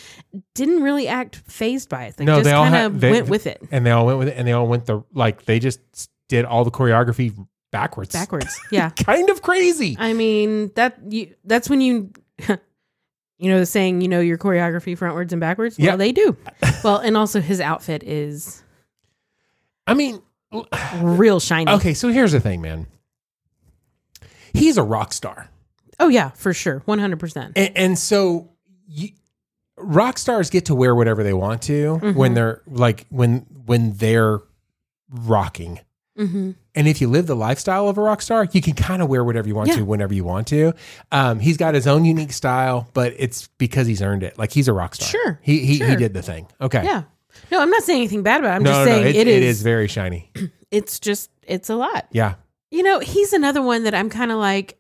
[SPEAKER 1] didn't really act phased by it. They just kind
[SPEAKER 2] had-
[SPEAKER 1] of
[SPEAKER 2] they-
[SPEAKER 1] went with it
[SPEAKER 2] And they all went with it and they all went the like they just did all the choreography backwards.
[SPEAKER 1] backwards. Yeah.
[SPEAKER 2] Kind of crazy.
[SPEAKER 1] I mean that you, that's when you you know the saying you know your choreography frontwards and backwards.
[SPEAKER 2] Yeah.
[SPEAKER 1] Well, they do. well, and also his outfit is
[SPEAKER 2] I mean,
[SPEAKER 1] real shiny.
[SPEAKER 2] okay, so here's the thing, man. He's a rock star.
[SPEAKER 1] Oh yeah, for sure, one hundred percent.
[SPEAKER 2] And, and so you, rock stars get to wear whatever they want to
[SPEAKER 1] Mm-hmm.
[SPEAKER 2] when they're like when when they're rocking.
[SPEAKER 1] Mm-hmm.
[SPEAKER 2] And if you live the lifestyle of a rock star, you can kind of wear whatever you want
[SPEAKER 1] Yeah.
[SPEAKER 2] to whenever you want to. Um, he's got his own unique style, but it's because he's earned it. Like he's a rock star.
[SPEAKER 1] Sure,
[SPEAKER 2] He he,
[SPEAKER 1] sure.
[SPEAKER 2] he did the thing. Okay.
[SPEAKER 1] Yeah. No, I'm not saying anything bad about it. I'm
[SPEAKER 2] no,
[SPEAKER 1] just
[SPEAKER 2] no,
[SPEAKER 1] saying
[SPEAKER 2] no, it,
[SPEAKER 1] it is,
[SPEAKER 2] it is very shiny.
[SPEAKER 1] It's just it's a lot.
[SPEAKER 2] Yeah.
[SPEAKER 1] You know, he's another one that I'm kind of like.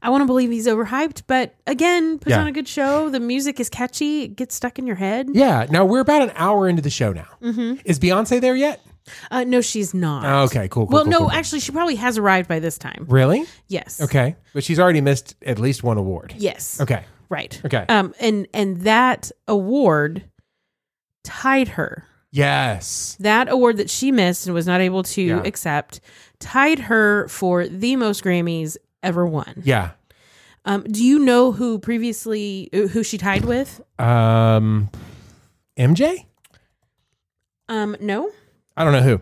[SPEAKER 1] I want to believe he's overhyped, but again, puts
[SPEAKER 2] Yeah.
[SPEAKER 1] on a good show. The music is catchy. It gets stuck in your head.
[SPEAKER 2] Yeah. Now we're about an hour into the show now.
[SPEAKER 1] Mm-hmm.
[SPEAKER 2] Is Beyonce there yet?
[SPEAKER 1] Uh, no, she's not.
[SPEAKER 2] Okay, Oh, cool. cool
[SPEAKER 1] well,
[SPEAKER 2] cool,
[SPEAKER 1] no,
[SPEAKER 2] cool, cool.
[SPEAKER 1] actually, she probably has arrived by this time.
[SPEAKER 2] Really?
[SPEAKER 1] Yes.
[SPEAKER 2] Okay. But she's already missed at least one award.
[SPEAKER 1] Yes.
[SPEAKER 2] Okay.
[SPEAKER 1] Right.
[SPEAKER 2] Okay.
[SPEAKER 1] Um and and that award tied her.
[SPEAKER 2] Yes.
[SPEAKER 1] That award that she missed and was not able to
[SPEAKER 2] Yeah.
[SPEAKER 1] accept tied her for the most Grammys ever won.
[SPEAKER 2] Yeah.
[SPEAKER 1] Um do you know who previously who she tied with?
[SPEAKER 2] Um MJ?
[SPEAKER 1] Um no.
[SPEAKER 2] I don't know who.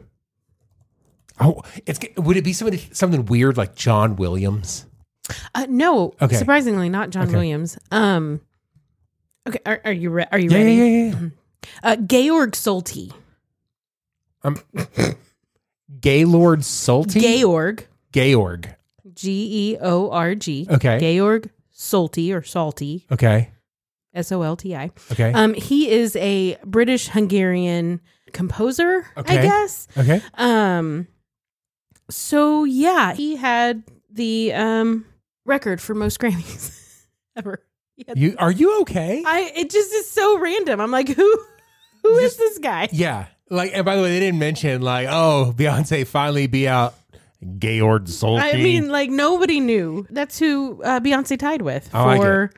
[SPEAKER 2] Oh, it's would it be somebody something weird like John Williams?
[SPEAKER 1] Uh no.
[SPEAKER 2] Okay.
[SPEAKER 1] Surprisingly not John
[SPEAKER 2] Okay.
[SPEAKER 1] Williams. Um Okay, are, are you re- are you
[SPEAKER 2] Yeah,
[SPEAKER 1] ready?
[SPEAKER 2] yeah, yeah, yeah.
[SPEAKER 1] Uh Georg Solti.
[SPEAKER 2] Gaylord Salty?
[SPEAKER 1] Georg
[SPEAKER 2] Georg.
[SPEAKER 1] G E O R G.
[SPEAKER 2] Okay.
[SPEAKER 1] Georg Solti or Salty
[SPEAKER 2] Okay.
[SPEAKER 1] S O L T I.
[SPEAKER 2] Okay.
[SPEAKER 1] Um, he is a British Hungarian composer, I
[SPEAKER 2] Okay.
[SPEAKER 1] guess.
[SPEAKER 2] okay.
[SPEAKER 1] Um, so yeah, he had the um record for most Grammys ever. He had-
[SPEAKER 2] You are you okay?
[SPEAKER 1] I it just is so random. I'm like, who who is this guy?
[SPEAKER 2] yeah. Like and by the way, they didn't mention like, oh, Beyonce finally be out Gaylord Salty.
[SPEAKER 1] I mean, like nobody knew. That's who uh, Beyonce tied with
[SPEAKER 2] Oh, I like
[SPEAKER 1] for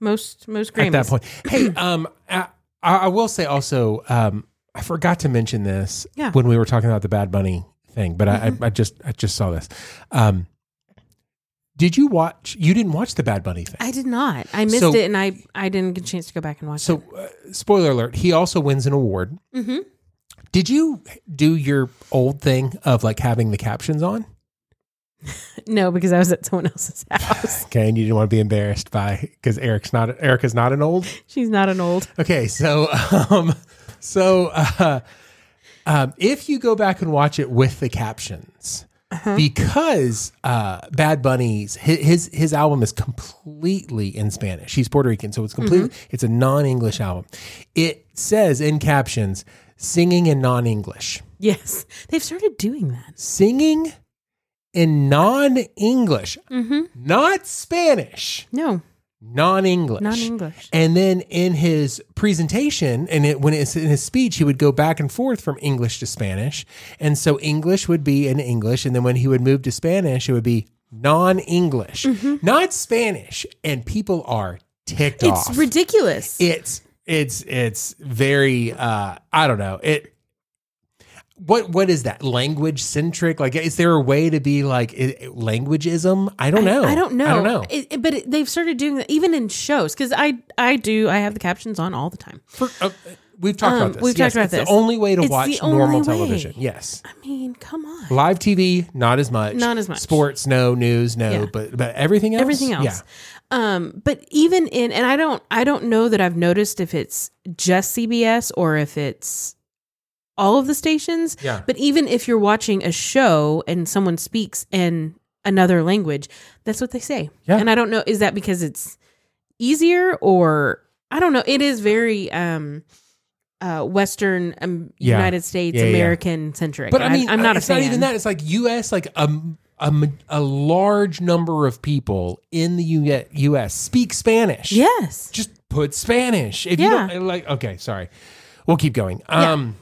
[SPEAKER 1] most most Grammys.
[SPEAKER 2] at that point. Hey, um, I, I I will say also, um, I forgot to mention this
[SPEAKER 1] Yeah. Mm-hmm.
[SPEAKER 2] when we were talking about the Bad Bunny thing, but I, I, I just I just saw this. Um, did you watch? You didn't watch the Bad Bunny thing.
[SPEAKER 1] I did not. I missed
[SPEAKER 2] So-
[SPEAKER 1] it, and I I didn't get a chance to go back and watch.
[SPEAKER 2] so, uh, spoiler alert: he also wins an award.
[SPEAKER 1] it. Mm-hmm.
[SPEAKER 2] Did you do your old thing of like having the captions on?
[SPEAKER 1] No, because I was at someone else's house.
[SPEAKER 2] Okay, and you didn't want to be embarrassed by because Eric's not Erica's not an old.
[SPEAKER 1] She's not an old.
[SPEAKER 2] Okay, so um, so uh, um, if you go back and watch it with the captions, because uh, Bad Bunny's his, his his album is completely in Spanish. He's Puerto Rican, so it's completely it's a non-English album. It says in captions singing in non-English.
[SPEAKER 1] Yes, they've started doing that.
[SPEAKER 2] Singing in non-English. Not Spanish.
[SPEAKER 1] No,
[SPEAKER 2] Non-English.
[SPEAKER 1] Non-English.
[SPEAKER 2] And then in his presentation, and it, when it's in his speech, he would go back and forth from English to Spanish, and so English would be in English, and then when he would move to Spanish, it would be non-English,
[SPEAKER 1] Mm-hmm.
[SPEAKER 2] not Spanish, and people are ticked off.
[SPEAKER 1] it's ridiculous.
[SPEAKER 2] it's it's it's very uh I don't know it. What what is that language centric? Like, is there a way to be like i- languageism? I don't know.
[SPEAKER 1] I, I don't know.
[SPEAKER 2] Oh, I don't know.
[SPEAKER 1] It- it- but it, they've started doing that even in shows because I I do I have the captions on all the time.
[SPEAKER 2] For, uh, we've talked
[SPEAKER 1] Um,
[SPEAKER 2] about this.
[SPEAKER 1] we've
[SPEAKER 2] Yes,
[SPEAKER 1] talked about
[SPEAKER 2] it's
[SPEAKER 1] this.
[SPEAKER 2] The only way to
[SPEAKER 1] It's
[SPEAKER 2] watch
[SPEAKER 1] the only
[SPEAKER 2] normal
[SPEAKER 1] way.
[SPEAKER 2] television. Yes.
[SPEAKER 1] I mean, come on.
[SPEAKER 2] Live TV, not as much.
[SPEAKER 1] Not as much.
[SPEAKER 2] Sports, no. News, no.
[SPEAKER 1] Yeah.
[SPEAKER 2] But but everything else.
[SPEAKER 1] everything else.
[SPEAKER 2] Yeah.
[SPEAKER 1] Um, but even in and I don't I don't know that I've noticed if it's just CBS or if it's all of the stations.
[SPEAKER 2] Yeah.
[SPEAKER 1] But even if you're watching a show and someone speaks in another language, that's what they say.
[SPEAKER 2] Yeah.
[SPEAKER 1] And I don't know is that because it's easier or I don't know. It is very um uh Western um,
[SPEAKER 2] Yeah.
[SPEAKER 1] United States
[SPEAKER 2] Yeah, yeah, yeah.
[SPEAKER 1] American centric.
[SPEAKER 2] But I mean,
[SPEAKER 1] I'm not
[SPEAKER 2] it's
[SPEAKER 1] a fan.
[SPEAKER 2] not even that. It's like U.S. Like a a, a large number of people in the U- U.S. speak Spanish.
[SPEAKER 1] Yes.
[SPEAKER 2] Just put Spanish. If
[SPEAKER 1] Yeah.
[SPEAKER 2] you don't, like okay, sorry. We'll keep going. Um,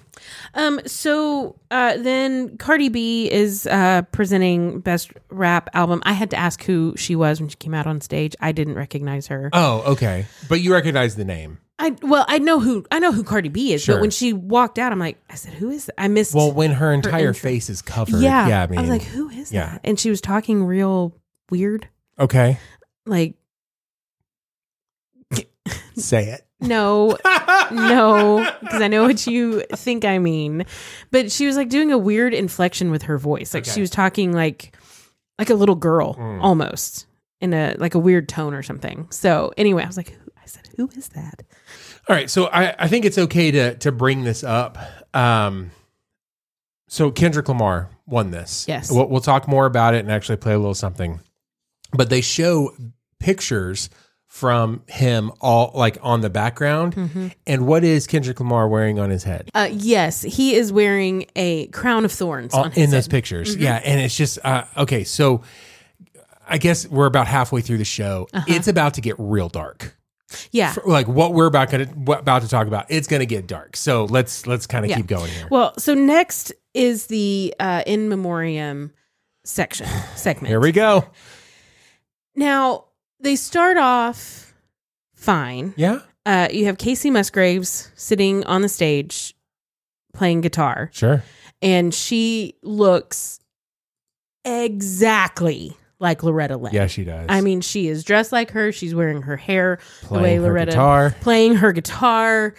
[SPEAKER 1] Um. So uh, then Cardi B is uh, presenting best rap album. I had to ask who she was when she came out on stage. I didn't recognize her.
[SPEAKER 2] Oh, okay. But you recognize the name.
[SPEAKER 1] I well, I know who I know who Cardi B is,
[SPEAKER 2] Sure.
[SPEAKER 1] but when she walked out, I'm like, I said, who is that? I missed.
[SPEAKER 2] Well, when her entire
[SPEAKER 1] intro.
[SPEAKER 2] face is covered.
[SPEAKER 1] yeah,
[SPEAKER 2] Yeah. I mean.
[SPEAKER 1] was like, who is
[SPEAKER 2] yeah.
[SPEAKER 1] that? And she was talking real weird,
[SPEAKER 2] okay.
[SPEAKER 1] like
[SPEAKER 2] Say it.
[SPEAKER 1] no. No, because I know what you think I mean, but she was like doing a weird inflection with her voice. Like
[SPEAKER 2] Okay. Mm.
[SPEAKER 1] she was talking like like a little girl almost in a like a weird tone or something. So anyway, I was like, who- I said, who is that?
[SPEAKER 2] All right, so I, I think it's okay to to bring this up. Um, so Kendrick Lamar won this.
[SPEAKER 1] Yes.
[SPEAKER 2] we'll, we'll talk more about it and actually play a little something. But they show pictures from him all like on the background,
[SPEAKER 1] Mm-hmm.
[SPEAKER 2] and what is Kendrick Lamar wearing on his head?
[SPEAKER 1] Uh, yes, he is wearing a crown of thorns
[SPEAKER 2] on-
[SPEAKER 1] on
[SPEAKER 2] Oh, Uh, in
[SPEAKER 1] his Mm-hmm.
[SPEAKER 2] those pictures. Yeah, and it's just uh, okay. So I guess we're about halfway through the show.
[SPEAKER 1] Uh-huh.
[SPEAKER 2] It's about to get real dark.
[SPEAKER 1] yeah.
[SPEAKER 2] Like what we're about gonna what about to talk about, it's gonna get dark. So let's let's kind of keep going here.
[SPEAKER 1] Well, so next is the uh, in memoriam section segment.
[SPEAKER 2] Here we go.
[SPEAKER 1] now they start off fine.
[SPEAKER 2] Yeah,
[SPEAKER 1] uh, you have Casey Musgraves sitting on the stage playing guitar,
[SPEAKER 2] sure.
[SPEAKER 1] and she looks exactly like Loretta Lynn.
[SPEAKER 2] Yeah, she does.
[SPEAKER 1] I mean, she is dressed like her. She's wearing her hair the
[SPEAKER 2] Playing
[SPEAKER 1] way
[SPEAKER 2] her
[SPEAKER 1] Loretta
[SPEAKER 2] guitar.
[SPEAKER 1] playing her guitar.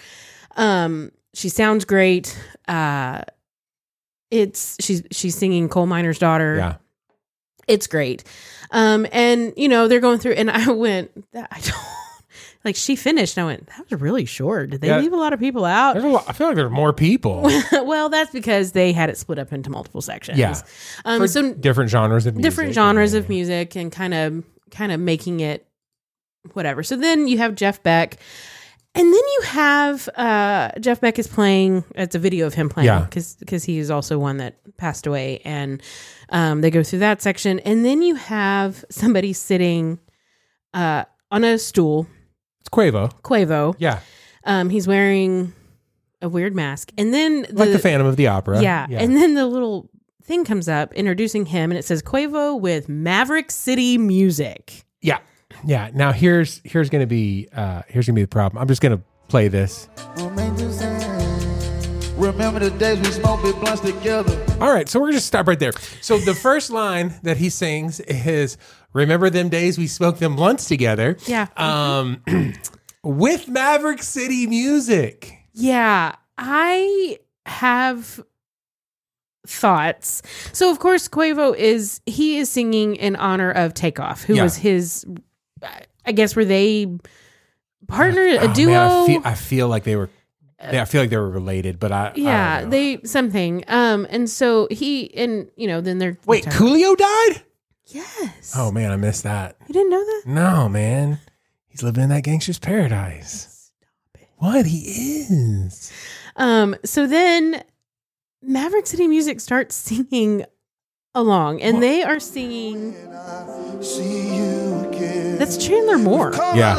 [SPEAKER 1] Um, she sounds great. Uh, it's she's she's singing Coal Miner's Daughter
[SPEAKER 2] yeah.
[SPEAKER 1] it's great um and you know they're going through and i went that i don't like she finished and i went that was really short did they
[SPEAKER 2] Yeah.
[SPEAKER 1] leave a lot of people out
[SPEAKER 2] There's a lot, I feel like there's more people
[SPEAKER 1] well that's because they had it split up into multiple sections
[SPEAKER 2] Yeah.
[SPEAKER 1] um
[SPEAKER 2] for
[SPEAKER 1] so
[SPEAKER 2] different genres of music.
[SPEAKER 1] different genres of music and kind of kind of making it whatever so then you have jeff beck and then you have uh, Jeff Beck is playing. It's a video of him playing
[SPEAKER 2] Yeah.
[SPEAKER 1] because he is also one that passed away, and um, they go through that section. And then you have somebody sitting uh, on a stool,
[SPEAKER 2] It's Quavo.
[SPEAKER 1] Quavo.
[SPEAKER 2] Yeah.
[SPEAKER 1] Um, he's wearing a weird mask, and then
[SPEAKER 2] Like the Phantom of the Opera.
[SPEAKER 1] yeah. And then the little thing comes up introducing him and it says Quavo with Maverick City Music.
[SPEAKER 2] yeah. Yeah. Now here's here's gonna be uh here's gonna be the problem. I'm just gonna play this.
[SPEAKER 5] Remember the days we smoked big blunts together.
[SPEAKER 2] All right, so we're gonna stop right there. So the first line that he sings is Remember them days we smoked them blunts together.
[SPEAKER 1] Yeah.
[SPEAKER 2] Um with Maverick City music.
[SPEAKER 1] Yeah, I have thoughts. So of course Quavo is he is singing in honor of Takeoff, who
[SPEAKER 2] Yeah.
[SPEAKER 1] was his I guess were they partner a
[SPEAKER 2] Oh,
[SPEAKER 1] duo?
[SPEAKER 2] man, I, feel, I feel like they were Yeah, I feel like they were related, but I I don't
[SPEAKER 1] Yeah,
[SPEAKER 2] know.
[SPEAKER 1] they something. Um, and so he and you know then they're
[SPEAKER 2] wait.
[SPEAKER 1] retired.
[SPEAKER 2] Coolio died.
[SPEAKER 1] Yes.
[SPEAKER 2] Oh man, I missed that.
[SPEAKER 1] you didn't know that?
[SPEAKER 2] No man, he's living in that gangster's paradise. What he is.
[SPEAKER 1] Um, so then Maverick City Music starts singing along, and they are singing.
[SPEAKER 5] See you again.
[SPEAKER 1] That's Chandler Moore.
[SPEAKER 2] Yeah.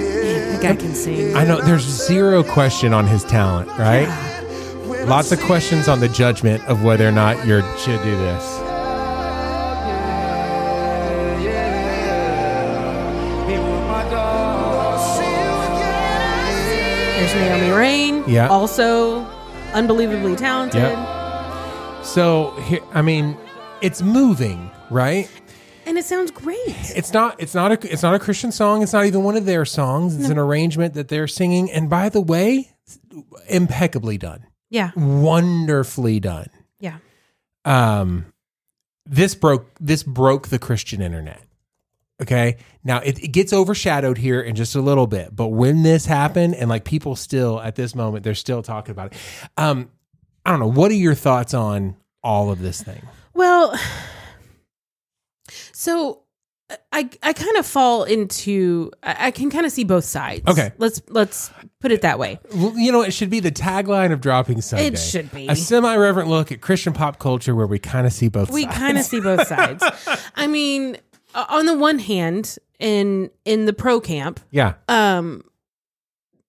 [SPEAKER 1] The guy can sing.
[SPEAKER 2] I know there's zero question on his talent, right? Lots of questions on the judgment of whether or not you should do this.
[SPEAKER 1] There's Naomi Rain.
[SPEAKER 2] Yeah.
[SPEAKER 1] Also unbelievably talented.
[SPEAKER 2] Yep. So here, I mean, it's moving, right?
[SPEAKER 1] And it sounds great.
[SPEAKER 2] It's not. It's not a. It's not a Christian song. It's not even one of their songs. It's an arrangement that they're singing, and by the way, impeccably done,
[SPEAKER 1] Yeah.
[SPEAKER 2] wonderfully done.
[SPEAKER 1] Yeah.
[SPEAKER 2] um, this broke this broke the Christian internet. Okay, now it, it gets overshadowed here in just a little bit, but when this happened, and like people still at this moment, they're still talking about it. Um, I don't know. What are your thoughts on all of this thing?
[SPEAKER 1] Well, so uh, I I kind of fall into I, I can kind of see both sides.
[SPEAKER 2] Okay.
[SPEAKER 1] let's let's put it that way.
[SPEAKER 2] Well, you know, it should be the tagline of Dropping Sunday.
[SPEAKER 1] It should be.
[SPEAKER 2] a semi-reverent look at Christian pop culture where we kind of see both.
[SPEAKER 1] We
[SPEAKER 2] sides.
[SPEAKER 1] kind of see both sides. I mean, uh, on the one hand, in in the pro camp,
[SPEAKER 2] yeah.
[SPEAKER 1] um,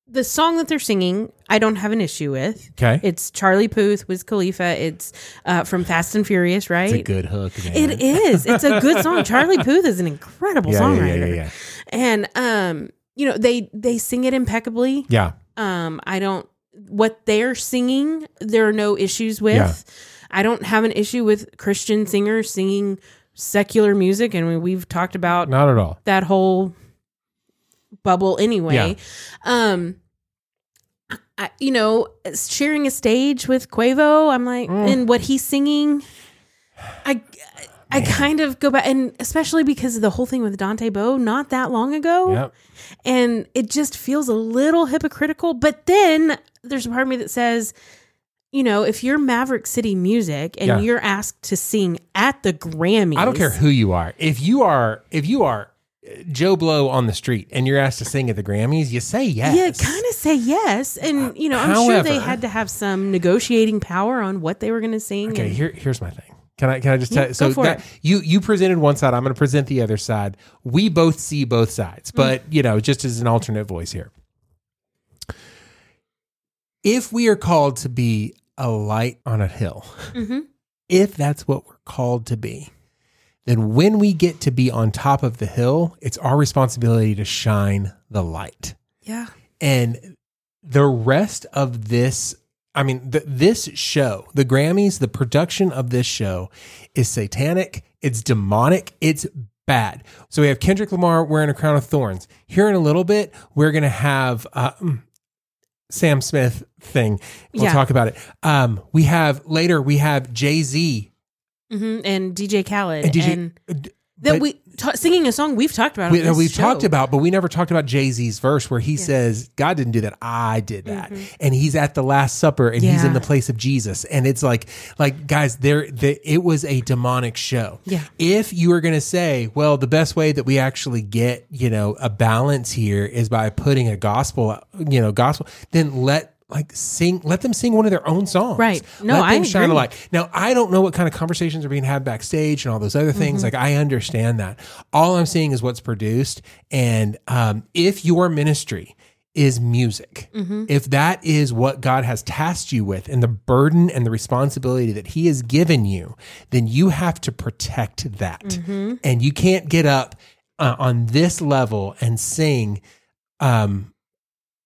[SPEAKER 1] the song that they're singing, I don't have an issue with.
[SPEAKER 2] Okay.
[SPEAKER 1] It's Charlie Puth, Wiz Khalifa. It's uh, from Fast and Furious, right?
[SPEAKER 2] It's a good hook. Man.
[SPEAKER 1] It is. It's a good song. Charlie Puth is an incredible
[SPEAKER 2] Yeah, yeah,
[SPEAKER 1] songwriter.
[SPEAKER 2] yeah, yeah, yeah.
[SPEAKER 1] And um, you know, they they sing it impeccably.
[SPEAKER 2] Yeah.
[SPEAKER 1] Um, I don't what they're singing, there are no issues with.
[SPEAKER 2] Yeah.
[SPEAKER 1] I don't have an issue with Christian singers singing secular music and we, we've talked about
[SPEAKER 2] Not at all.
[SPEAKER 1] that whole bubble anyway. Um I, you know, sharing a stage with Quavo, I'm like, and what he's singing, I, I kind of go back, and especially because of the whole thing with Dante Bo not that long ago,
[SPEAKER 2] Yep.
[SPEAKER 1] and it just feels a little hypocritical. But then there's a part of me that says, you know, if you're Maverick City Music and
[SPEAKER 2] Yeah.
[SPEAKER 1] you're asked to sing at the Grammys,
[SPEAKER 2] I don't care who you are. If you are, if you are uh, Joe Blow on the street and you're asked to sing at the Grammys, you say yes.
[SPEAKER 1] Yeah, kind of say yes, and you know, I'm sure they
[SPEAKER 2] Uh, However-
[SPEAKER 1] had to have some negotiating power on what they were going to sing.
[SPEAKER 2] Okay,
[SPEAKER 1] and-
[SPEAKER 2] here, here's my thing. Can I can I just tell
[SPEAKER 1] Yeah,
[SPEAKER 2] you? So
[SPEAKER 1] go for
[SPEAKER 2] that,
[SPEAKER 1] it.
[SPEAKER 2] you you presented one side. I'm going to present the other side. We both see both
[SPEAKER 1] Mm.
[SPEAKER 2] sides, but you know, just as an alternate voice here. If we are called to be a light on a hill,
[SPEAKER 1] Mm-hmm.
[SPEAKER 2] if that's what we're called to be, then when we get to be on top of the hill, it's our responsibility to shine the light
[SPEAKER 1] yeah,
[SPEAKER 2] and the rest of this i mean th- this show the grammys the production of this show is satanic it's demonic it's bad so we have kendrick lamar wearing a crown of thorns here in a little bit we're gonna have uh, mm, sam smith thing we'll
[SPEAKER 1] Yeah.
[SPEAKER 2] talk about it um, we have later we have jay-z
[SPEAKER 1] hmm and DJ Khaled
[SPEAKER 2] and
[SPEAKER 1] and,
[SPEAKER 2] dj
[SPEAKER 1] that
[SPEAKER 2] but-
[SPEAKER 1] we ta- singing a song we've talked about.
[SPEAKER 2] we,
[SPEAKER 1] on this
[SPEAKER 2] we've
[SPEAKER 1] show.
[SPEAKER 2] talked about, but we never talked about Jay Z's verse where he says, God didn't do that. I did that. And he's at the Last Supper and he's in
[SPEAKER 1] Mm-hmm. Yeah.
[SPEAKER 2] the place of Jesus. And it's like, like guys, there, the, it was a demonic show.
[SPEAKER 1] Yeah.
[SPEAKER 2] If you were going to say, well, the best way that we actually get, you know, a balance here is by putting a gospel, you know, gospel, then let, like sing, let them sing one of their own songs.
[SPEAKER 1] Right. No,
[SPEAKER 2] Let
[SPEAKER 1] I
[SPEAKER 2] them shine a
[SPEAKER 1] agree.
[SPEAKER 2] light. Now, I don't know what kind of conversations are being had backstage and all those other things.
[SPEAKER 1] Mm-hmm.
[SPEAKER 2] Like, I understand that. All I'm seeing is what's produced. And um, if your ministry is music,
[SPEAKER 1] Mm-hmm.
[SPEAKER 2] if that is what God has tasked you with and the burden and the responsibility that He has given you, then you have to protect that.
[SPEAKER 1] Mm-hmm.
[SPEAKER 2] And you can't get up uh, on this level and sing. Um,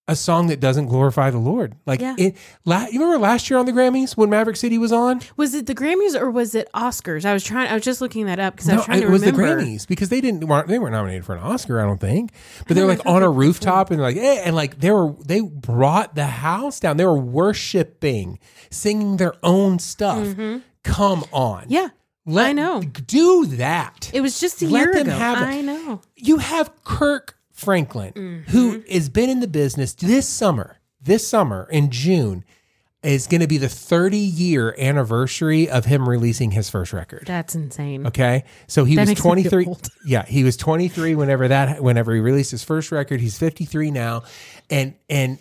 [SPEAKER 2] a song that doesn't glorify the Lord, like
[SPEAKER 1] Yeah.
[SPEAKER 2] it. La- you remember last year on the Grammys when Maverick City was on?
[SPEAKER 1] Was it the Grammys or was it Oscars? I was trying. I was just looking that up because I was trying
[SPEAKER 2] it
[SPEAKER 1] to
[SPEAKER 2] was
[SPEAKER 1] remember.
[SPEAKER 2] the Grammys because they didn't weren't- they weren't nominated for an Oscar, I don't think. But they were
[SPEAKER 1] don't
[SPEAKER 2] like
[SPEAKER 1] know if
[SPEAKER 2] on
[SPEAKER 1] I
[SPEAKER 2] a
[SPEAKER 1] did
[SPEAKER 2] rooftop and like eh, and like they were they brought the house down. They were worshiping, singing their own stuff. Come on,
[SPEAKER 1] Mm-hmm. Yeah,
[SPEAKER 2] Let-
[SPEAKER 1] I know.
[SPEAKER 2] do that.
[SPEAKER 1] It was just a
[SPEAKER 2] Let
[SPEAKER 1] year
[SPEAKER 2] them
[SPEAKER 1] ago.
[SPEAKER 2] have it.
[SPEAKER 1] I know.
[SPEAKER 2] you have Kirk Franklin, who has been in the business this summer, this summer in June, is going to be the 30 year anniversary of him releasing his first record.
[SPEAKER 1] That's insane.
[SPEAKER 2] Okay, so
[SPEAKER 1] Mm-hmm.
[SPEAKER 2] he
[SPEAKER 1] That
[SPEAKER 2] was
[SPEAKER 1] makes me feel
[SPEAKER 2] 23.
[SPEAKER 1] old.
[SPEAKER 2] Yeah, he was 23 whenever that whenever he released his first record. He's 53 now, and and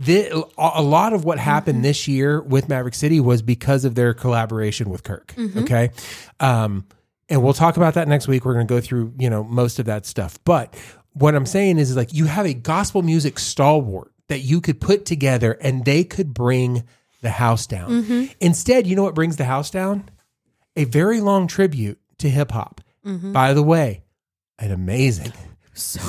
[SPEAKER 2] the, a lot of what
[SPEAKER 1] Mm-hmm.
[SPEAKER 2] happened this year with Maverick City was because of their collaboration with Kirk.
[SPEAKER 1] Mm-hmm.
[SPEAKER 2] Okay, um, and we'll talk about that next week. We're going to go through you know most of that stuff, but what I'm saying is, is like you have a gospel music stalwart that you could put together, and they could bring the house down.
[SPEAKER 1] Mm-hmm.
[SPEAKER 2] Instead, you know what brings the house down? a very long tribute to hip hop.
[SPEAKER 1] Mm-hmm.
[SPEAKER 2] By the way, an amazing,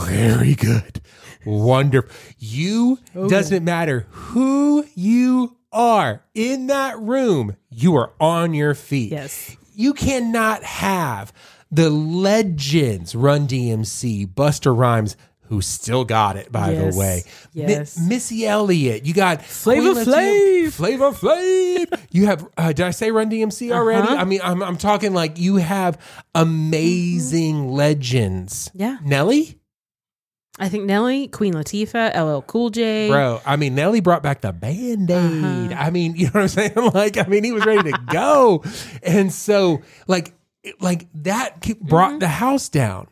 [SPEAKER 2] very good, wonderful. You
[SPEAKER 1] Oh.
[SPEAKER 2] doesn't matter who you are in that room, you are on your feet.
[SPEAKER 1] Yes.
[SPEAKER 2] You cannot have the legends Run DMC, Buster Rhymes, who still got it, by
[SPEAKER 1] Yes.
[SPEAKER 2] the way. Mi-
[SPEAKER 1] Yes.
[SPEAKER 2] Missy Elliott. You got
[SPEAKER 1] Flavor
[SPEAKER 2] Queen Latifah, Flavor Flav. You have uh, did I say Run DMC already?
[SPEAKER 1] Uh-huh.
[SPEAKER 2] I mean, I'm I'm talking like you have amazing legends.
[SPEAKER 1] Yeah.
[SPEAKER 2] Nelly,
[SPEAKER 1] I think Nelly, Queen Latifah, LL Cool J.
[SPEAKER 2] bro. I mean, Nelly brought back the Band Aid. I mean, you know what I'm saying? Like, I mean, he was ready to go, and so like it- like that ke- brought the house down.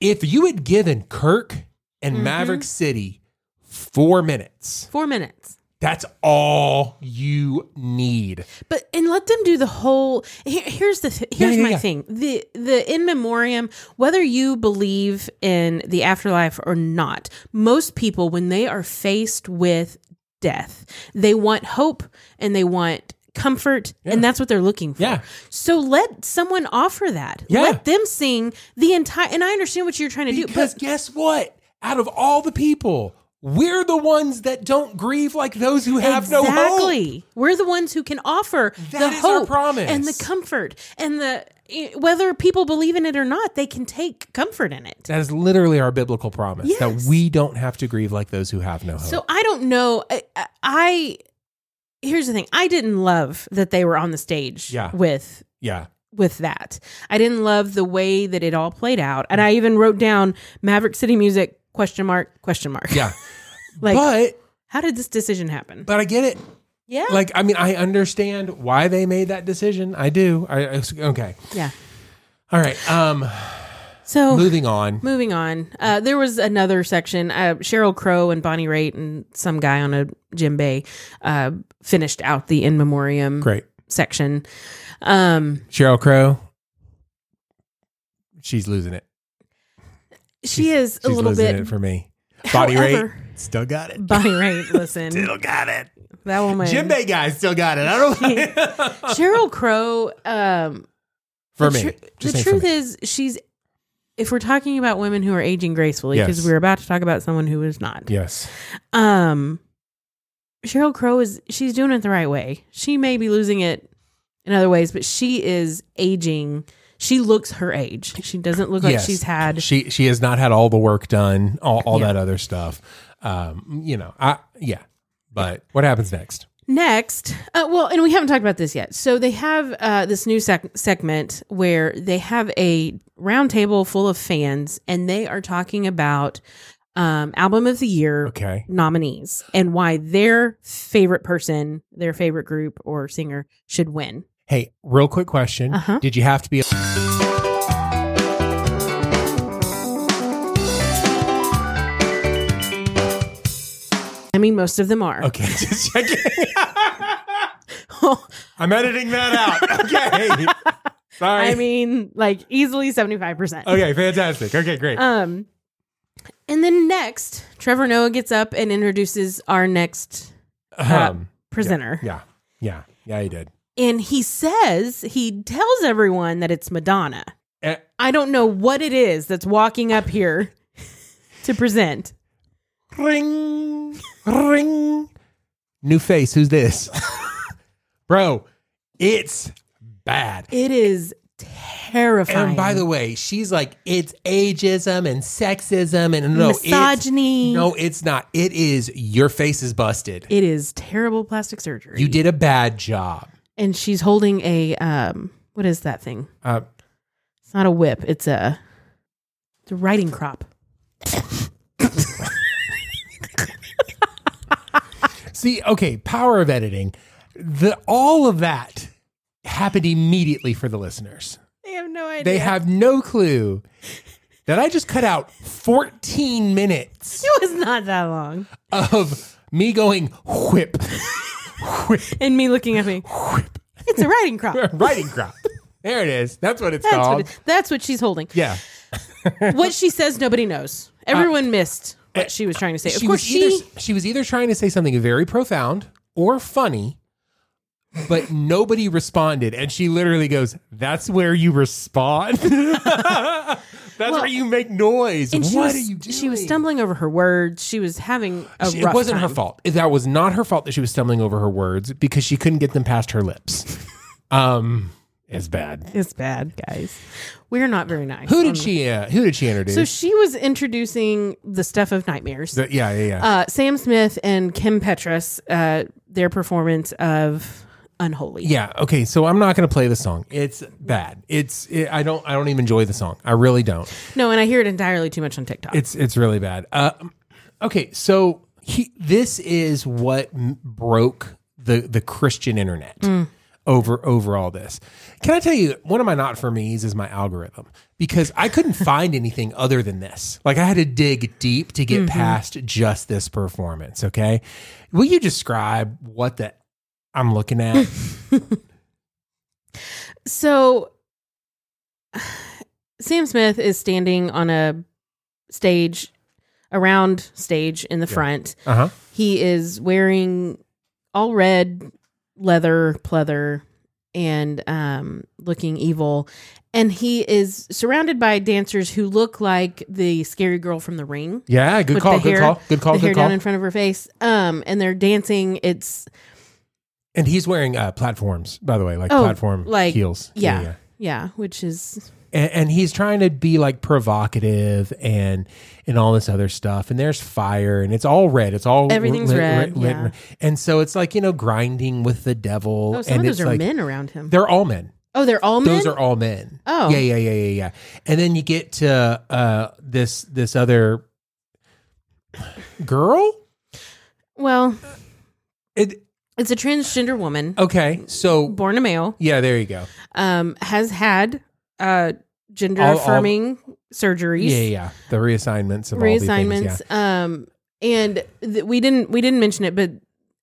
[SPEAKER 2] If you had given Kirk and Maverick City four minutes.
[SPEAKER 1] Four minutes.
[SPEAKER 2] That's all you need.
[SPEAKER 1] But and let them do the whole. Here, here's the th- here's
[SPEAKER 2] yeah,
[SPEAKER 1] my
[SPEAKER 2] yeah.
[SPEAKER 1] thing. The the in memoriam, whether you believe in the afterlife or not, most people when they are faced with death, they want hope and they want comfort, and that's what they're looking for.
[SPEAKER 2] Yeah.
[SPEAKER 1] So let someone offer that.
[SPEAKER 2] Yeah.
[SPEAKER 1] Let them sing the entire. And I understand what you're trying to do,
[SPEAKER 2] Because
[SPEAKER 1] but
[SPEAKER 2] guess what? Out of all the people, we're the ones that don't grieve like those who have no hope.
[SPEAKER 1] exactly. We're the ones who can offer
[SPEAKER 2] That
[SPEAKER 1] the
[SPEAKER 2] is our
[SPEAKER 1] hope
[SPEAKER 2] promise.
[SPEAKER 1] and the comfort and the eh, whether people believe in it or not, they can take comfort in it.
[SPEAKER 2] That is literally our biblical promise that
[SPEAKER 1] Yes.
[SPEAKER 2] we don't have to grieve like those who have no hope.
[SPEAKER 1] So I don't know. I, I- I here's the thing. I didn't love that they were on the stage
[SPEAKER 2] Yeah.
[SPEAKER 1] with
[SPEAKER 2] yeah.
[SPEAKER 1] with that. I didn't love the way that it all played out, and I even wrote down Maverick City Music question mark question mark.
[SPEAKER 2] Yeah.
[SPEAKER 1] like
[SPEAKER 2] but
[SPEAKER 1] how did this decision happen?
[SPEAKER 2] but I get it.
[SPEAKER 1] yeah,
[SPEAKER 2] Like I mean I understand why they made that decision. I do. I, I okay.
[SPEAKER 1] yeah.
[SPEAKER 2] All right. Um
[SPEAKER 1] So
[SPEAKER 2] moving on.
[SPEAKER 1] Moving on, uh, there was another section. Uh, Cheryl Crow and Bonnie Raitt and some guy on a djembe uh, finished out the in memoriam
[SPEAKER 2] Great.
[SPEAKER 1] section. Um,
[SPEAKER 2] Cheryl Crow. She's losing it.
[SPEAKER 1] she is a
[SPEAKER 2] She's
[SPEAKER 1] little
[SPEAKER 2] losing
[SPEAKER 1] bit
[SPEAKER 2] it for me. Body rate
[SPEAKER 1] However-
[SPEAKER 2] still got it.
[SPEAKER 1] Bonnie Raitt. Listen,
[SPEAKER 2] Still got it.
[SPEAKER 1] that woman,
[SPEAKER 2] Jimbe guy still got it. I don't
[SPEAKER 1] Cheryl Crow. Um,
[SPEAKER 2] for
[SPEAKER 1] the
[SPEAKER 2] me.
[SPEAKER 1] tru-
[SPEAKER 2] Just
[SPEAKER 1] the
[SPEAKER 2] saying for
[SPEAKER 1] truth
[SPEAKER 2] me.
[SPEAKER 1] is, she's. If we're talking about women who are aging gracefully, because
[SPEAKER 2] Yes.
[SPEAKER 1] we were about to talk about someone who is not.
[SPEAKER 2] yes.
[SPEAKER 1] um Cheryl Crow is she's doing it the right way. She may be losing it in other ways, but she is aging. She looks her age. She doesn't look like
[SPEAKER 2] Yes.
[SPEAKER 1] she's had
[SPEAKER 2] She she has not had all the work done, all, all
[SPEAKER 1] Yeah.
[SPEAKER 2] that other stuff. Um, you know, I yeah. But what happens next?
[SPEAKER 1] next. Uh, well, and we haven't talked about this yet. So they have uh, this new sec- segment where they have a round table full of fans, and they are talking about um, album of the year
[SPEAKER 2] Okay.
[SPEAKER 1] nominees and why their favorite person, their favorite group or singer should win.
[SPEAKER 2] Hey, real quick question.
[SPEAKER 1] Uh-huh.
[SPEAKER 2] Did you have to be
[SPEAKER 1] I mean, most of them are.
[SPEAKER 2] okay? Just checking. I'm editing that out. Okay. Sorry.
[SPEAKER 1] I mean, like easily 75%.
[SPEAKER 2] okay, fantastic. Okay, great.
[SPEAKER 1] Um, and then next, Trevor Noah gets up and introduces our next
[SPEAKER 2] um,
[SPEAKER 1] presenter.
[SPEAKER 2] yeah, yeah, yeah. He did.
[SPEAKER 1] And he says, he tells everyone that it's Madonna.
[SPEAKER 2] Eh,
[SPEAKER 1] I don't know what it is that's walking up here to present.
[SPEAKER 2] ring, ring. New face. Who's this? Bro, it's bad.
[SPEAKER 1] It is terrifying.
[SPEAKER 2] And by the way, she's like, it's ageism and sexism and no, it's-
[SPEAKER 1] Misogyny.
[SPEAKER 2] no, it's not. It is your face is busted.
[SPEAKER 1] it is terrible plastic surgery.
[SPEAKER 2] you did a bad job.
[SPEAKER 1] And she's holding a, um, what is that thing?
[SPEAKER 2] Uh,
[SPEAKER 1] It's not a whip. It's a, it's a riding crop.
[SPEAKER 2] See, okay, power of editing. The all of that happened immediately for the listeners.
[SPEAKER 1] They have no idea.
[SPEAKER 2] They have no clue that I just cut out 14 minutes
[SPEAKER 1] It was not that long.
[SPEAKER 2] of me going whip, whip,
[SPEAKER 1] And me looking at me. It's a riding crop. That's
[SPEAKER 2] writing crop. There it is. That's what it's called.
[SPEAKER 1] what, it, that's what she's holding.
[SPEAKER 2] yeah.
[SPEAKER 1] What she says, nobody knows. Everyone missed what she was trying to say. Of
[SPEAKER 2] Uh, eh, she
[SPEAKER 1] course,
[SPEAKER 2] was either
[SPEAKER 1] she.
[SPEAKER 2] she was either trying to say something very profound or funny, but nobody responded, and she literally goes, "That's where you respond. That's where you make noise.
[SPEAKER 1] and she
[SPEAKER 2] what
[SPEAKER 1] was,
[SPEAKER 2] are you doing?"
[SPEAKER 1] She was stumbling over her words. She was having a
[SPEAKER 2] She-
[SPEAKER 1] rough
[SPEAKER 2] it wasn't her
[SPEAKER 1] time.
[SPEAKER 2] fault. That was not her fault that she was stumbling over her words because she couldn't get them past her lips. um, it's bad.
[SPEAKER 1] It's bad, guys. We're not very nice.
[SPEAKER 2] Who
[SPEAKER 1] on-
[SPEAKER 2] did she? Uh, who did she introduce?
[SPEAKER 1] Um, So she was introducing the stuff of nightmares.
[SPEAKER 2] The- yeah, yeah, yeah.
[SPEAKER 1] uh, Sam Smith and Kim Petras, uh, their performance of Unholy.
[SPEAKER 2] Yeah. Okay. So I'm not going to play the song. It's bad. It's it, I don't I don't even enjoy the song. I really don't.
[SPEAKER 1] No, and I hear it entirely too much on TikTok.
[SPEAKER 2] It's it's really bad. Uh, okay. So he this is what m- broke the the Christian internet over over all this. Can I tell you one of my not for me's is my algorithm because I couldn't find anything other than this. Like I had to dig deep to get past just this performance. Okay. Will you describe what the I'm looking at?
[SPEAKER 1] so Sam Smith is standing on a stage, a round stage in the front.
[SPEAKER 2] uh huh.
[SPEAKER 1] He is wearing all red leather pleather and um, looking evil. And he is surrounded by dancers who look like the scary girl from the ring.
[SPEAKER 2] Yeah. Good
[SPEAKER 1] with
[SPEAKER 2] call.
[SPEAKER 1] the
[SPEAKER 2] Good
[SPEAKER 1] hair-
[SPEAKER 2] call. Good call.
[SPEAKER 1] the
[SPEAKER 2] Good
[SPEAKER 1] hair
[SPEAKER 2] call.
[SPEAKER 1] down in front of her face. Um, and they're dancing. It's
[SPEAKER 2] And he's wearing uh, platforms, by the way, like
[SPEAKER 1] Oh,
[SPEAKER 2] platform
[SPEAKER 1] like-
[SPEAKER 2] heels.
[SPEAKER 1] yeah, yeah, which is
[SPEAKER 2] And, and he's trying to be like provocative and and all this other stuff. And there's fire, and it's all red. It's all
[SPEAKER 1] Everything's red, yeah.
[SPEAKER 2] And so it's like you know grinding with the devil.
[SPEAKER 1] oh, some
[SPEAKER 2] and
[SPEAKER 1] of those
[SPEAKER 2] it's
[SPEAKER 1] are
[SPEAKER 2] like,
[SPEAKER 1] men around him.
[SPEAKER 2] They're all men.
[SPEAKER 1] oh, they're all men.
[SPEAKER 2] Those are all men.
[SPEAKER 1] Oh.
[SPEAKER 2] yeah, yeah, yeah, yeah, yeah. And then you get to uh, this this other girl.
[SPEAKER 1] well,
[SPEAKER 2] It
[SPEAKER 1] it's a transgender woman
[SPEAKER 2] okay. So
[SPEAKER 1] born a male.
[SPEAKER 2] yeah, there you go.
[SPEAKER 1] Um, has had uh gender
[SPEAKER 2] All- all-
[SPEAKER 1] affirming surgeries,
[SPEAKER 2] Yeah, yeah. The reassignments of all the
[SPEAKER 1] reassignments.
[SPEAKER 2] things. Yeah.
[SPEAKER 1] Um, and th- we didn't we didn't mention it, but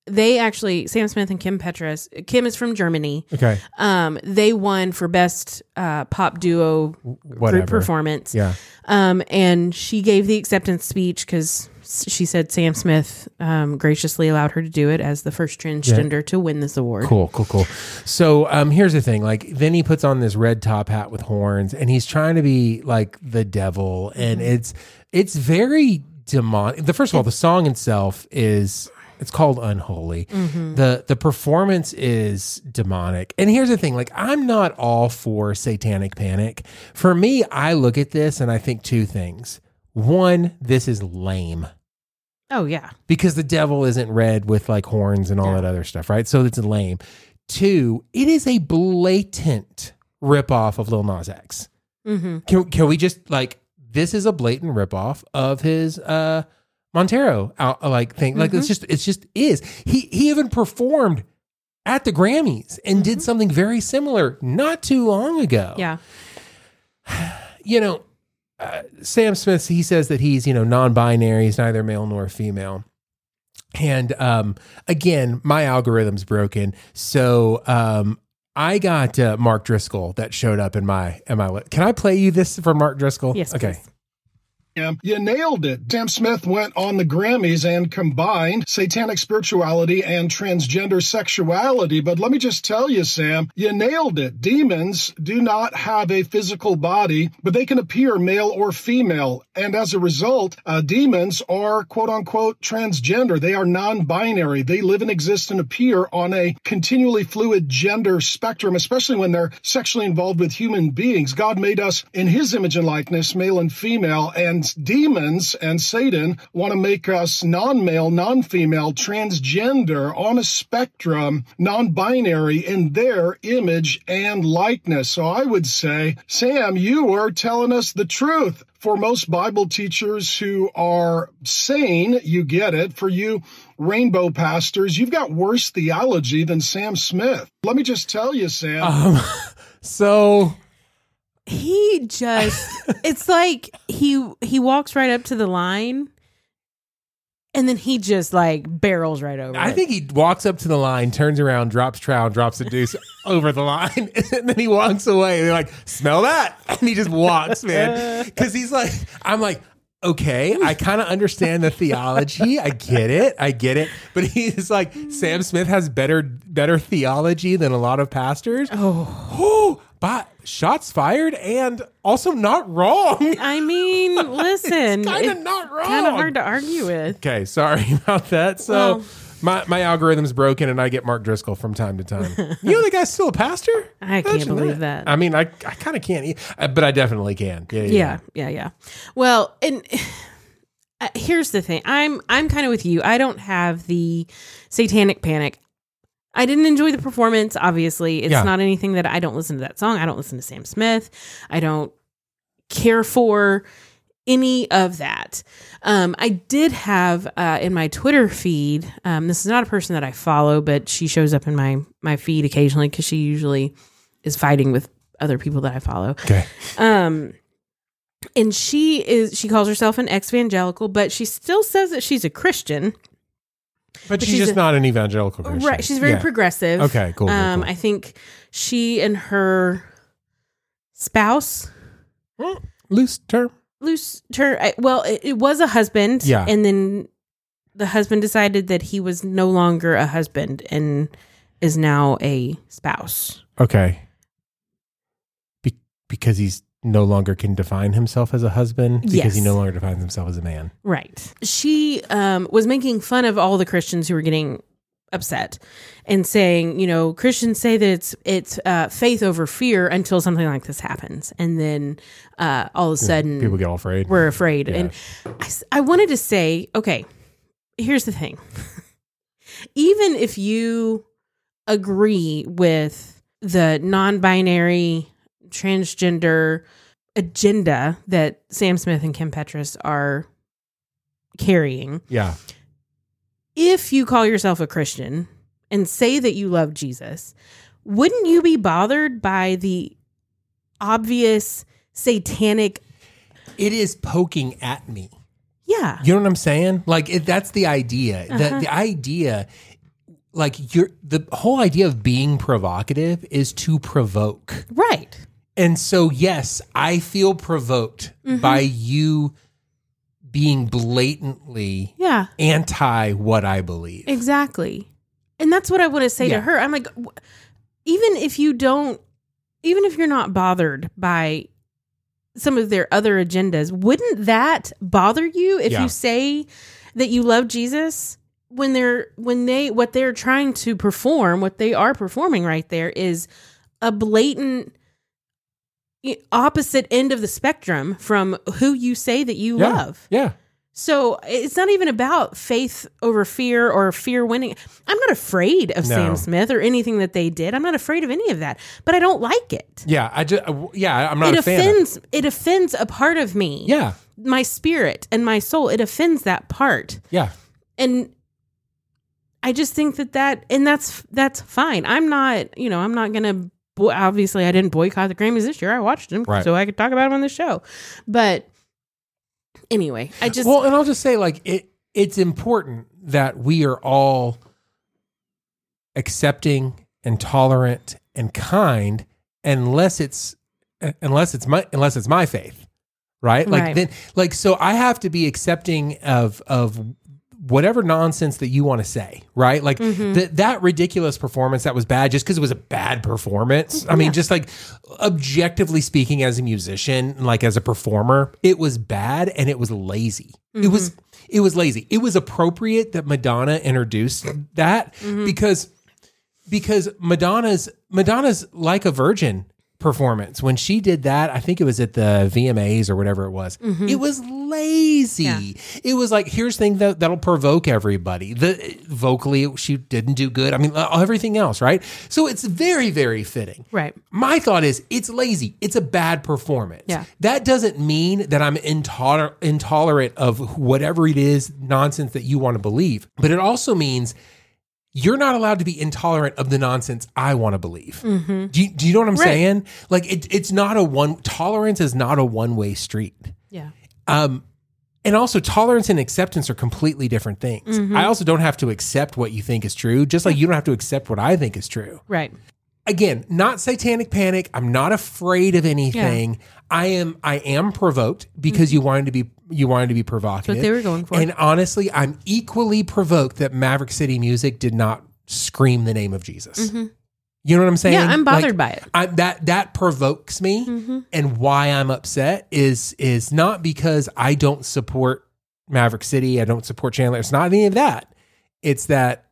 [SPEAKER 1] they actually Sam Smith and Kim Petras. Kim is from Germany.
[SPEAKER 2] Okay.
[SPEAKER 1] Um, they won for best uh, pop duo
[SPEAKER 2] Whatever.
[SPEAKER 1] group performance.
[SPEAKER 2] Yeah.
[SPEAKER 1] Um, and she gave the acceptance speech because she said Sam Smith um, graciously allowed her to do it as the first transgender to win this award.
[SPEAKER 2] Cool, cool, cool. So um, here's the thing. Like, then he puts on this red top hat with horns, and he's trying to be like the devil, and
[SPEAKER 1] Mm-hmm.
[SPEAKER 2] it's it's very demonic. The first of all, the song itself is it's called Unholy.
[SPEAKER 1] Mm-hmm.
[SPEAKER 2] the The performance is demonic. And here's the thing. Like, I'm not all for satanic panic. For me, I look at this and I think two things. One, this is lame
[SPEAKER 1] Oh yeah,
[SPEAKER 2] because the devil isn't red with like horns and all that other stuff, right? So it's lame. Two, it is a blatant ripoff of Lil Nas X.
[SPEAKER 1] hmm
[SPEAKER 2] Can can we just like this is a blatant ripoff of his uh Montero out, uh, like thing? Like it's just it's just is he he even performed at the Grammys and did something very similar not too long ago
[SPEAKER 1] yeah.
[SPEAKER 2] you know, uh, Sam Smith, he says that he's, you know, non binary, he's neither male nor female. And um, again, my algorithm's broken. So um, I got uh, Mark Driscoll that showed up in my, in my, li- can I play you this from Mark Driscoll?
[SPEAKER 1] Yes,
[SPEAKER 2] Okay.
[SPEAKER 1] please.
[SPEAKER 6] Sam, you nailed it. Sam Smith went on the Grammys and combined satanic spirituality and transgender sexuality. But let me just tell you, Sam, you nailed it. Demons do not have a physical body, but they can appear male or female. And as a result, uh, demons are quote unquote transgender. They are non binary. They live and exist and appear on a continually fluid gender spectrum, especially when they're sexually involved with human beings. God made us in his image and likeness, male and female. And since demons and Satan want to make us non male, non female, transgender, on a spectrum, non binary in their image and likeness. So I would say, Sam, you are telling us the truth. For most Bible teachers who are sane, you get it. For you, rainbow pastors, you've got worse theology than Sam Smith. Let me just tell you, Sam.
[SPEAKER 2] Um, so
[SPEAKER 1] He just it's like he he walks right up to the line and then he just like barrels right over.
[SPEAKER 2] I
[SPEAKER 1] it.
[SPEAKER 2] think he walks up to the line, turns around, drops trowel, drops a deuce over the line, and then he walks away. And they're like, "Smell that!" And he just walks, man, because he's like, "I'm like." Okay, I kind of understand the theology. I get it. I get it. But he's like Sam Smith has better better theology than a lot of pastors. Oh, but shots fired and also not wrong.
[SPEAKER 1] I mean, listen,
[SPEAKER 2] kinda not wrong.
[SPEAKER 1] Kind of hard to argue with.
[SPEAKER 2] Okay, sorry about that. So
[SPEAKER 1] Well-
[SPEAKER 2] my, my algorithm's broken and I get Mark Driscoll from time to time. you know the guy's still a pastor?
[SPEAKER 1] I can't
[SPEAKER 2] Imagine
[SPEAKER 1] believe that.
[SPEAKER 2] I mean, I, I kind of can't, e- uh, but I definitely can. Yeah, yeah.
[SPEAKER 1] Yeah, yeah, yeah. Well, and uh, here's the thing. I'm I'm kind of with you. I don't have the satanic panic. I didn't enjoy the performance, obviously. It's
[SPEAKER 2] Yeah.
[SPEAKER 1] not anything that I don't listen to that song. I don't listen to Sam Smith. I don't care for any of that. Um, I did have uh, in my Twitter feed. Um, this is not a person that I follow, but she shows up in my my feed occasionally because she usually is fighting with other people that I follow.
[SPEAKER 2] Okay.
[SPEAKER 1] Um, and she is she calls herself an ex-evangelical, but she still says that she's a Christian.
[SPEAKER 2] But, she's,
[SPEAKER 1] she's
[SPEAKER 2] just
[SPEAKER 1] a-
[SPEAKER 2] not an evangelical Christian.
[SPEAKER 1] Right. She's very
[SPEAKER 2] Yeah.
[SPEAKER 1] progressive.
[SPEAKER 2] Okay, cool, cool,
[SPEAKER 1] Um,
[SPEAKER 2] cool.
[SPEAKER 1] I think she and her spouse
[SPEAKER 2] Loose term.
[SPEAKER 1] loose her I- well it, it was a husband
[SPEAKER 2] Yeah.
[SPEAKER 1] and then the husband decided that he was no longer a husband and is now a spouse
[SPEAKER 2] Okay. Be- because he's no longer can define himself as a husband because he
[SPEAKER 1] Yes.
[SPEAKER 2] no longer defines himself as a man.
[SPEAKER 1] Right. She um, was making fun of all the Christians who were getting upset and saying, you know, Christians say that it's it's uh, faith over fear until something like this happens, and then uh, all of a sudden
[SPEAKER 2] People get all afraid.
[SPEAKER 1] we're afraid. And I, s- I wanted to say, okay, here's the thing. Even if you agree with the non binary, transgender agenda that Sam Smith and Kim Petras are carrying,
[SPEAKER 2] yeah.
[SPEAKER 1] if you call yourself a Christian and say that you love Jesus, wouldn't you be bothered by the obvious satanic?
[SPEAKER 2] It is poking at me.
[SPEAKER 1] Yeah.
[SPEAKER 2] You know what I'm saying? Like it, that's the idea.
[SPEAKER 1] Uh-huh.
[SPEAKER 2] The, the idea, like you're the whole idea of being provocative is to provoke.
[SPEAKER 1] Right.
[SPEAKER 2] And so, yes, I feel provoked
[SPEAKER 1] Mm-hmm.
[SPEAKER 2] by you being blatantly
[SPEAKER 1] Yeah.
[SPEAKER 2] anti what I believe.
[SPEAKER 1] Exactly. And that's what I want to say
[SPEAKER 2] Yeah.
[SPEAKER 1] to her. I'm like, w- even if you don't, even if you're not bothered by some of their other agendas, wouldn't that bother you if
[SPEAKER 2] Yeah.
[SPEAKER 1] you say that you love Jesus? When they're, when they, what they're trying to perform, what they are performing right there is a blatant i- opposite end of the spectrum from who you say that you
[SPEAKER 2] yeah.
[SPEAKER 1] love.
[SPEAKER 2] Yeah.
[SPEAKER 1] So it's not even about faith over fear or fear winning. I'm not afraid of
[SPEAKER 2] No.
[SPEAKER 1] Sam Smith or anything that they did. I'm not afraid of any of that, but I don't like it.
[SPEAKER 2] Yeah. I just, yeah, I'm not
[SPEAKER 1] It
[SPEAKER 2] a fan. of-
[SPEAKER 1] offends. It offends a part of me.
[SPEAKER 2] yeah.
[SPEAKER 1] my spirit and my soul. It offends that part,
[SPEAKER 2] Yeah.
[SPEAKER 1] and I just think that that and that's that's fine. I'm not. You know, I'm not gonna. bo- Obviously, I didn't boycott the Grammys this year. I watched them,
[SPEAKER 2] Right.
[SPEAKER 1] so I could talk about them on the show. But anyway, I just
[SPEAKER 2] well, and I'll just say like it. It's important that we are all accepting and tolerant and kind, unless it's unless it's my unless it's my faith, right? Like
[SPEAKER 1] Right.
[SPEAKER 2] then, like so, I have to be accepting of of whatever nonsense that you want to say, right? Like th- that ridiculous performance that was bad just because it was a bad performance. I mean, just like objectively speaking, as a musician, like as a performer, it was bad and it was lazy. It was it was lazy. It was appropriate that Madonna introduced that because because Madonna's Madonna's like a virgin. performance. When she did that, I think it was at the VMAs or whatever it was. It was lazy.
[SPEAKER 1] Yeah.
[SPEAKER 2] It was like here's thing that that'll provoke everybody. The vocally she didn't do good. I mean uh, everything else, right? So it's very very fitting.
[SPEAKER 1] Right.
[SPEAKER 2] My thought is it's lazy. It's a bad performance.
[SPEAKER 1] Yeah.
[SPEAKER 2] That doesn't mean that I'm intoler- intolerant of whatever it is nonsense that you want to believe, but it also means you're not allowed to be intolerant of the nonsense I want to believe. Do, you, do you know what I'm saying? Like it, it's not a one tolerance is not a one way street.
[SPEAKER 1] Yeah.
[SPEAKER 2] Um, and also, tolerance and acceptance are completely different things. I also don't have to accept what you think is true, just like you don't have to accept what I think is true
[SPEAKER 1] Right.
[SPEAKER 2] again, not satanic panic. I'm not afraid of anything. I am I am provoked
[SPEAKER 1] Mm-hmm.
[SPEAKER 2] because you wanted to be you wanted to be provocative.
[SPEAKER 1] they were going for.
[SPEAKER 2] And honestly, I'm equally provoked that Maverick City Music did not scream the name of Jesus. You know what I'm saying?
[SPEAKER 1] Mm-hmm. Yeah, I'm bothered
[SPEAKER 2] Like,
[SPEAKER 1] by it. Mm-hmm.
[SPEAKER 2] I, that that provokes me, and why I'm upset is is not because I don't support Maverick City, I don't support Chandler. It's not any of that. It's that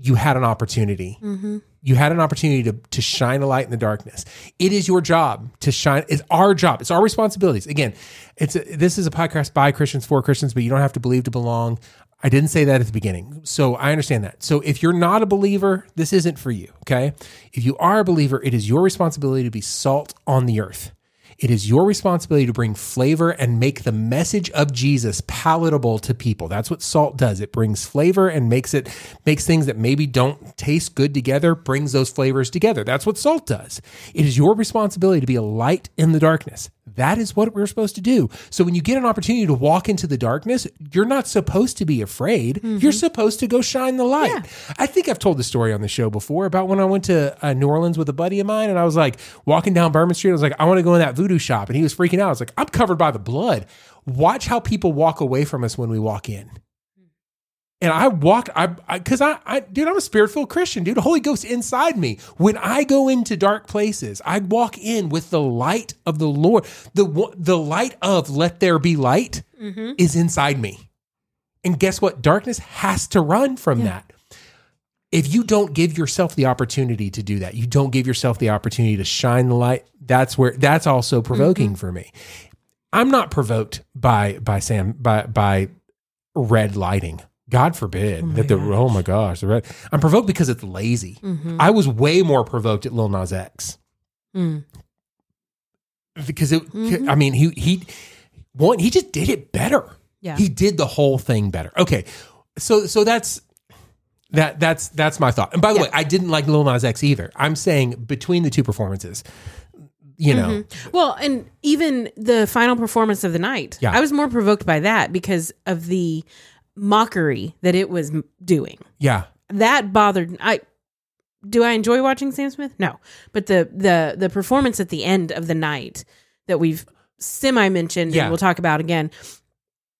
[SPEAKER 2] you had an opportunity.
[SPEAKER 1] Mm-hmm.
[SPEAKER 2] You had an opportunity to to shine a light in the darkness. It is your job to shine. It's our job. It's our responsibilities. Again, it's a, this is a podcast by Christians for Christians, but you don't have to believe to belong. I didn't say that at the beginning. So I understand that. So if you're not a believer, this isn't for you, okay? If you are a believer, it is your responsibility to be salt on the earth. It is your responsibility to bring flavor and make the message of Jesus palatable to people. That's what salt does. It brings flavor and makes it makes things that maybe don't taste good together, brings those flavors together. That's what salt does. It is your responsibility to be a light in the darkness. That is what we're supposed to do. So when you get an opportunity to walk into the darkness, you're not supposed to be afraid. You're supposed to go shine the light. I think I've told the story on the show before about when I went to uh, New Orleans with a buddy of mine and I was like walking down Bourbon Street. I was like, I want to go in that voodoo shop. And he was freaking out. I was like, I'm covered by the blood. Watch how people walk away from us when we walk in. And I walk, I, I, cause I, I, dude, I'm a spirit filled Christian, dude. The Holy Ghost inside me. When I go into dark places, I walk in with the light of the Lord. The wo- the light of let there be light is inside me. And guess what? Darkness has to run from that. If you don't give yourself the opportunity to do that, you don't give yourself the opportunity to shine the light. That's where that's also provoking for me. I'm not provoked by by Sam by by red lighting. God forbid that the oh my gosh, Mm-hmm. the red. I'm provoked because it's lazy.
[SPEAKER 1] Mm-hmm.
[SPEAKER 2] I was way more provoked at Lil Nas X
[SPEAKER 1] Mm.
[SPEAKER 2] because it. I mean, he he one he just did it better.
[SPEAKER 1] Yeah.
[SPEAKER 2] he did the whole thing better. Okay, so so that's that that's that's my thought. And by the way, I didn't like Lil Nas X either. I'm saying between the two performances, you know,
[SPEAKER 1] Mm-hmm. Well, and even the final performance of the night,
[SPEAKER 2] Yeah.
[SPEAKER 1] I was more provoked by that because of the mockery that it was m- doing.
[SPEAKER 2] yeah,
[SPEAKER 1] That bothered I. Do I enjoy watching Sam Smith? No, but the the the performance at the end of the night that we've semi mentioned
[SPEAKER 2] Yeah.
[SPEAKER 1] and we'll talk about again,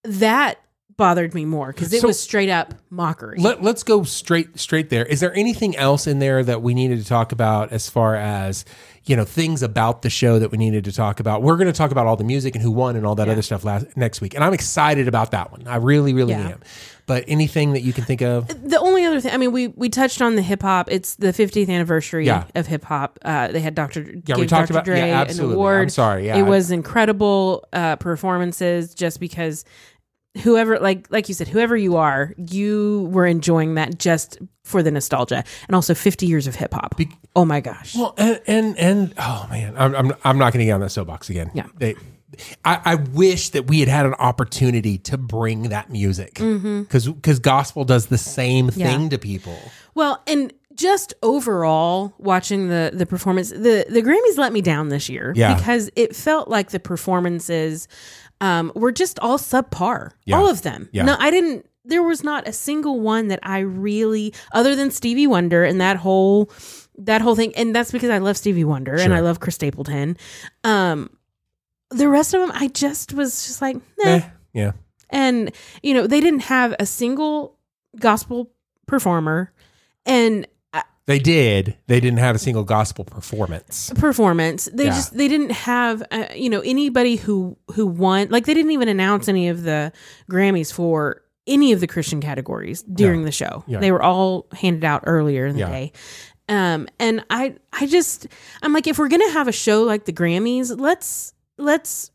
[SPEAKER 1] that bothered me more because it
[SPEAKER 2] So-
[SPEAKER 1] was straight up mockery.
[SPEAKER 2] Let, let's go straight straight there. Is there anything else in there that we needed to talk about as far as you know things about the show that we needed to talk about? We're going to talk about all the music and who won and all that other stuff last, next week, and I'm excited about that one. I really, really
[SPEAKER 1] Yeah.
[SPEAKER 2] am. But anything that you can think of,
[SPEAKER 1] the only other thing, I mean, we we touched on the hip hop. It's the 50th anniversary
[SPEAKER 2] Yeah.
[SPEAKER 1] of hip hop. Uh, they had Dr.
[SPEAKER 2] Yeah, we
[SPEAKER 1] gave
[SPEAKER 2] talked
[SPEAKER 1] Dr.
[SPEAKER 2] about- yeah,
[SPEAKER 1] Dre
[SPEAKER 2] absolutely.
[SPEAKER 1] an award.
[SPEAKER 2] I'm sorry, yeah,
[SPEAKER 1] it
[SPEAKER 2] I-
[SPEAKER 1] was incredible uh, performances. Just because whoever, like like you said, whoever you are, you were enjoying that just for the nostalgia and also 50 years of hip hop. oh my gosh,
[SPEAKER 2] well, and and, and oh man, I'm I'm, I'm not going to get on that soapbox again.
[SPEAKER 1] Yeah.
[SPEAKER 2] They, I, I wish that we had had an opportunity to bring that music because gospel does the same
[SPEAKER 1] Mm-hmm. Yeah.
[SPEAKER 2] thing to people.
[SPEAKER 1] Well, and just overall watching the the performance, the the Grammys let me down this year
[SPEAKER 2] Yeah.
[SPEAKER 1] because it felt like the performances um, were just all subpar,
[SPEAKER 2] Yeah.
[SPEAKER 1] all of them.
[SPEAKER 2] Yeah.
[SPEAKER 1] No, I didn't. There was not a single one that I really, other than Stevie Wonder and that whole that whole thing, and that's because I love Stevie Wonder and I love Chris Stapleton. Um, the rest of them, I just was just like, nah.
[SPEAKER 2] Eh, yeah.
[SPEAKER 1] And, you know, they didn't have a single gospel performer and uh,
[SPEAKER 2] They did. They didn't have a single gospel performance.
[SPEAKER 1] performance. They
[SPEAKER 2] Yeah.
[SPEAKER 1] just they didn't have uh, you know anybody who who won. Like they didn't even announce any of the Grammys for any of the Christian categories during the show.
[SPEAKER 2] Yeah.
[SPEAKER 1] They were all handed out earlier in the
[SPEAKER 2] Yeah.
[SPEAKER 1] day. Um, and I, I just, I'm like, if we're gonna have a show like the Grammys, let's let's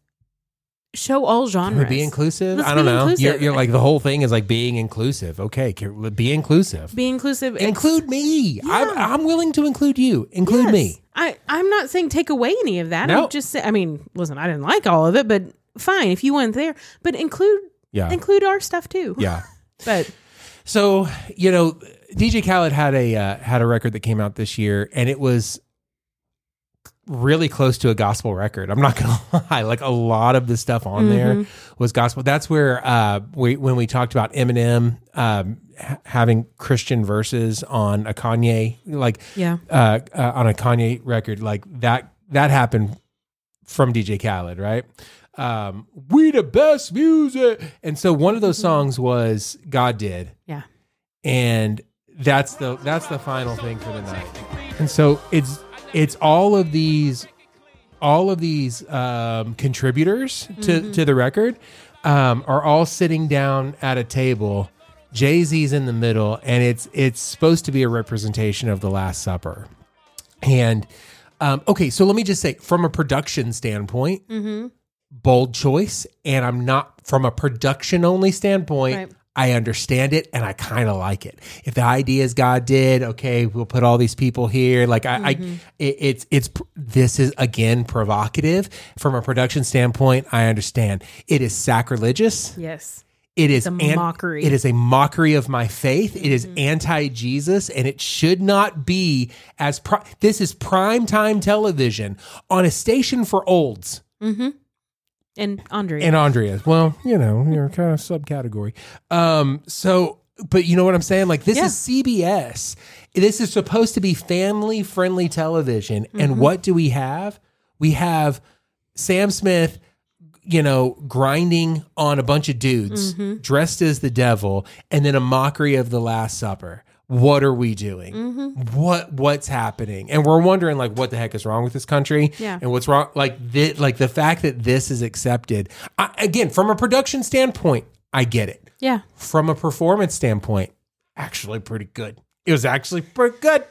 [SPEAKER 1] show all
[SPEAKER 2] Or
[SPEAKER 1] genres.
[SPEAKER 2] be inclusive.
[SPEAKER 1] Let's
[SPEAKER 2] I don't
[SPEAKER 1] be
[SPEAKER 2] know. You're,
[SPEAKER 1] inclusive.
[SPEAKER 2] you're like the whole thing is like being inclusive. Okay, can- be inclusive.
[SPEAKER 1] be inclusive. It's-
[SPEAKER 2] include me.
[SPEAKER 1] Yeah.
[SPEAKER 2] I, I'm willing to include you. Include
[SPEAKER 1] Yes.
[SPEAKER 2] me.
[SPEAKER 1] I, I'm not saying take away any of that.
[SPEAKER 2] No.
[SPEAKER 1] I'm just saying, I mean, listen, I didn't like all of it, but fine if you weren't there, but include
[SPEAKER 2] Yeah.
[SPEAKER 1] include our stuff too.
[SPEAKER 2] Oh. yeah.
[SPEAKER 1] But
[SPEAKER 2] So you know, DJ Khaled had a uh, had a record that came out this year, and it was really close to a gospel record. I'm not gonna lie; like a lot of the stuff on there was gospel. That's where uh, we when we talked about Eminem um, ha- having Christian verses on a Kanye like
[SPEAKER 1] yeah.
[SPEAKER 2] uh, uh, on a Kanye record, like that that happened from DJ Khaled, right? Um, we the best music, and so one of those songs was God did,
[SPEAKER 1] Yeah.
[SPEAKER 2] and that's the that's the final thing for the night. And so it's it's all of these all of these um, contributors to to the record um, are all sitting down at a table. Jay Z's in the middle, and it's it's supposed to be a representation of the Last Supper. And um, okay, so let me just say, from a production standpoint, bold choice, and I'm not from a production only standpoint.
[SPEAKER 1] Right.
[SPEAKER 2] I understand it and I kind of like it. If the idea is God did, okay, we'll put all these people here. Like I,
[SPEAKER 1] Mm-hmm.
[SPEAKER 2] I it, it's it's pr- this is again provocative from a production standpoint. I understand it is sacrilegious.
[SPEAKER 1] Yes.
[SPEAKER 2] It is
[SPEAKER 1] a mockery. Mm-hmm.
[SPEAKER 2] It is a mockery of my faith. It is anti Jesus, and it should not be as pri- this is prime time television on a station for olds
[SPEAKER 1] And Andre.
[SPEAKER 2] and Andreas. Well, you know, you're kind of subcategory. Um, so, but you know what I'm saying? Like this
[SPEAKER 1] Yeah.
[SPEAKER 2] is CBS. This is supposed to be family friendly television, and what do we have? We have Sam Smith. You know, grinding on a bunch of dudes dressed as the devil, and then a mockery of the Last Supper. What are we doing? What what's happening? And we're wondering like, what the heck is wrong with this country?
[SPEAKER 1] Yeah.
[SPEAKER 2] And what's wrong like this like the fact that this is accepted I, again from a production standpoint i get it
[SPEAKER 1] yeah.
[SPEAKER 2] from a performance standpoint actually pretty good it was actually pretty good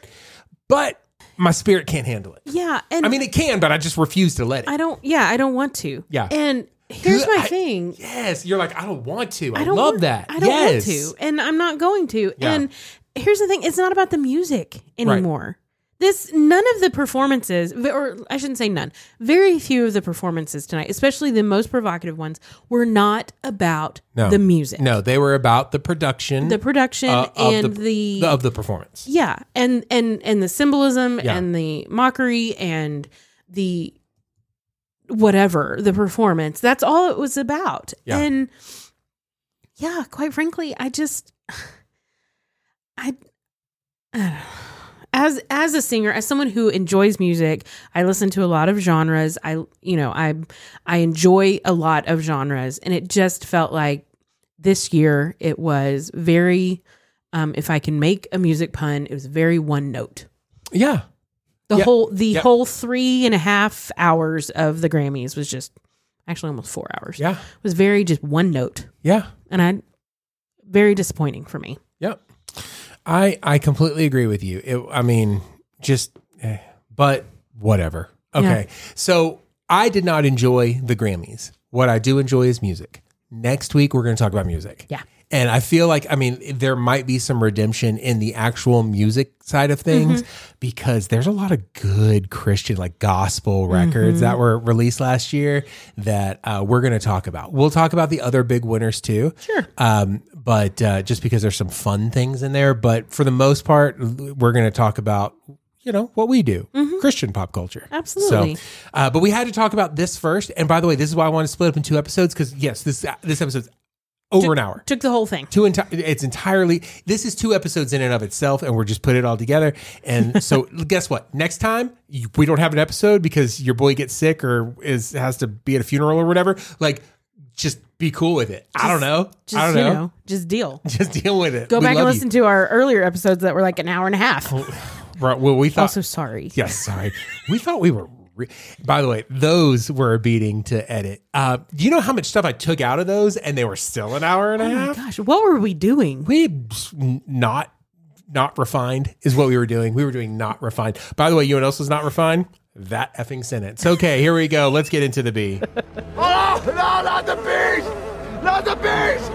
[SPEAKER 2] but my spirit can't handle it
[SPEAKER 1] Yeah. And
[SPEAKER 2] i mean it can but i just refuse to let it
[SPEAKER 1] I don't. Yeah, I don't want to.
[SPEAKER 2] Yeah.
[SPEAKER 1] And here's my
[SPEAKER 2] I-
[SPEAKER 1] thing.
[SPEAKER 2] yes you're like i don't want to i,
[SPEAKER 1] I don't
[SPEAKER 2] love
[SPEAKER 1] want-
[SPEAKER 2] that
[SPEAKER 1] I don't
[SPEAKER 2] yes.
[SPEAKER 1] want to, and I'm not going to.
[SPEAKER 2] Yeah.
[SPEAKER 1] And here's the thing: it's not about the music anymore. This none of the performances, or I shouldn't say none, very few of the performances tonight, especially the most provocative ones, were not about
[SPEAKER 2] no
[SPEAKER 1] the music,
[SPEAKER 2] no they were about the production
[SPEAKER 1] the production,
[SPEAKER 2] uh, of
[SPEAKER 1] and the,
[SPEAKER 2] of the performance
[SPEAKER 1] yeah, and and and the symbolism
[SPEAKER 2] Yeah.
[SPEAKER 1] and the mockery and the whatever the performance. That's all it was about.
[SPEAKER 2] Yeah.
[SPEAKER 1] And yeah, quite frankly, I just I, I don't know. as as a singer, as someone who enjoys music, I listen to a lot of genres. I you know, I I enjoy a lot of genres and it just felt like this year it was very um if I can make a music pun, it was very one note.
[SPEAKER 2] yeah
[SPEAKER 1] The
[SPEAKER 2] Yep.
[SPEAKER 1] whole the
[SPEAKER 2] Yep.
[SPEAKER 1] whole three and a half hours of the Grammys was just actually almost four hours.
[SPEAKER 2] yeah
[SPEAKER 1] was very just one note,
[SPEAKER 2] yeah
[SPEAKER 1] and I very disappointing for me.
[SPEAKER 2] Yep. I I completely agree with you. It, I mean, just eh, but whatever. Okay. So I did not enjoy the Grammys. What I do enjoy is music. Next week we're going to talk about music.
[SPEAKER 1] Yeah.
[SPEAKER 2] And I feel like I mean there might be some redemption in the actual music side of things because there's a lot of good Christian like gospel records that were released last year that uh, we're going to talk about. We'll talk about the other big winners too. Sure. Um, but uh, just because there's some fun things in there, but for the most part, we're going to talk about you know what we do christian pop culture
[SPEAKER 1] Mm-hmm. Absolutely.
[SPEAKER 2] so uh, but we had to talk about this first and by the way this is why i want to split up in two episodes because yes this this episode's over an hour
[SPEAKER 1] Took the whole thing.
[SPEAKER 2] two enti- it's entirely this is two episodes in and of itself and we're just put it all together and so guess what next time you, we don't have an episode because your boy gets sick or is has to be at a funeral or whatever like just be cool with it i don't know
[SPEAKER 1] Just
[SPEAKER 2] i don't
[SPEAKER 1] you
[SPEAKER 2] know,
[SPEAKER 1] know, just deal.
[SPEAKER 2] just deal with it
[SPEAKER 1] Go back and listen to our earlier episodes that were like an hour and a half.
[SPEAKER 2] Oh, to right well we thought
[SPEAKER 1] also, sorry.
[SPEAKER 2] Yes, sorry. we thought we were. Re- By the way, those were a beating to edit. Uh, do you know how much stuff I took out
[SPEAKER 1] Oh
[SPEAKER 2] of those, and they were still an hour and a half?
[SPEAKER 1] Gosh, what were we doing?
[SPEAKER 2] We s- n- not not refined is what we were doing. We were doing not refined. By the way, you and else was not refined. That effing sentence. Okay, here we go. Let's get into the B.
[SPEAKER 7] Oh, no, not the beast! Not the beast!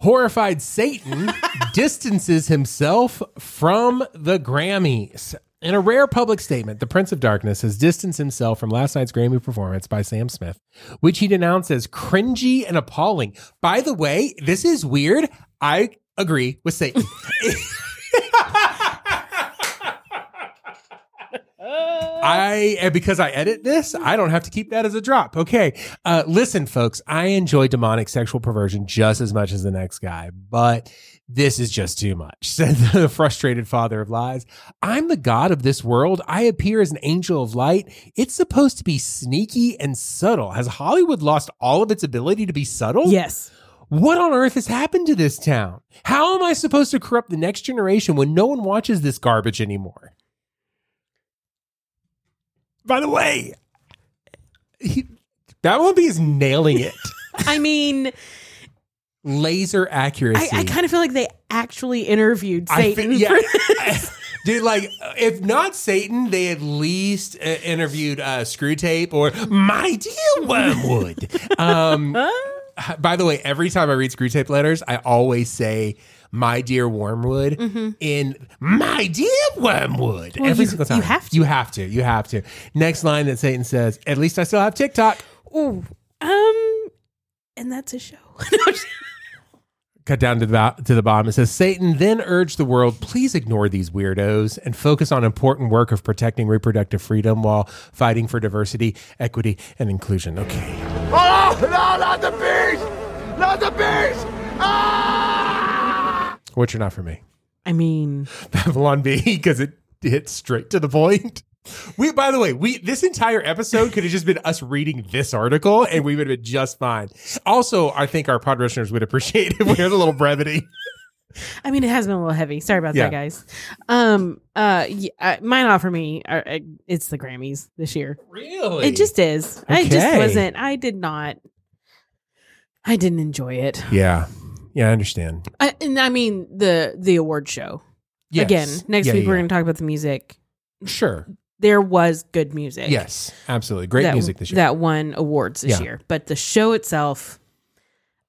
[SPEAKER 2] Horrified Satan distances himself from the Grammys. In a rare public statement, the Prince of Darkness has distanced himself from last night's Grammy performance by Sam Smith, which he denounced as cringy and appalling. By the way, this is weird. I agree with Satan. I and because I edit this, I don't have to keep that as a drop. Okay, uh, listen, folks, I enjoy demonic sexual perversion just as much as the next guy, but this is just too much," said the frustrated father of lies. "I'm the god of this world. I appear as an angel of light. It's supposed to be sneaky and subtle. Has Hollywood lost all of its ability to be subtle?
[SPEAKER 1] Yes.
[SPEAKER 2] What on earth has happened to this town? How am I supposed to corrupt the next generation when no one watches this garbage anymore? By the way, he, that one be is nailing it.
[SPEAKER 1] I mean,
[SPEAKER 2] Laser accuracy.
[SPEAKER 1] I, I kind of feel like they actually interviewed
[SPEAKER 2] I
[SPEAKER 1] Satan.
[SPEAKER 2] fe-
[SPEAKER 1] for-
[SPEAKER 2] Dude, like, if not Satan, they at least uh, interviewed uh, Screwtape or My Dear Wormwood. um, by the way, every time I read Screwtape letters, I always say "My dear Wormwood" in "My dear Wormwood."
[SPEAKER 1] Mm-hmm. Well,
[SPEAKER 2] every
[SPEAKER 1] you-
[SPEAKER 2] single
[SPEAKER 1] you
[SPEAKER 2] time,
[SPEAKER 1] have to.
[SPEAKER 2] you have to, you have to. Next line that Satan says: "At least I still have TikTok."
[SPEAKER 1] Ooh, um, and that's a show. No, I'm just-
[SPEAKER 2] cut down to the bo- to the bottom. It says Satan then urged the world, please ignore these weirdos and focus on important work of protecting reproductive freedom while fighting for diversity, equity, and inclusion. Okay.
[SPEAKER 7] Oh, no, not the beast! Not the beast! Ah!
[SPEAKER 2] Which are not for me.
[SPEAKER 1] I mean,
[SPEAKER 2] Babylon B, because it hits straight to the point. We by the way, we this entire episode could have just been us reading this article and we would have been just fine. Also, I think our pod listeners would appreciate if we had a little brevity.
[SPEAKER 1] I mean, it has been a little heavy. Sorry about
[SPEAKER 2] Yeah.
[SPEAKER 1] that, guys. Um, uh, yeah, uh, mine off for me. Are, uh, it's the Grammys this year.
[SPEAKER 2] Really?
[SPEAKER 1] It just is. I just
[SPEAKER 2] Okay.
[SPEAKER 1] wasn't. I did not. I didn't enjoy it.
[SPEAKER 2] Yeah. Yeah, I understand.
[SPEAKER 1] I, and I mean the the award show again. Next
[SPEAKER 2] Yeah,
[SPEAKER 1] week
[SPEAKER 2] yeah,
[SPEAKER 1] we're
[SPEAKER 2] yeah.
[SPEAKER 1] going to talk about the music.
[SPEAKER 2] Sure.
[SPEAKER 1] There was good music.
[SPEAKER 2] Yes, absolutely. Great
[SPEAKER 1] that,
[SPEAKER 2] music this year.
[SPEAKER 1] that won awards this
[SPEAKER 2] Yeah.
[SPEAKER 1] year. But the show itself,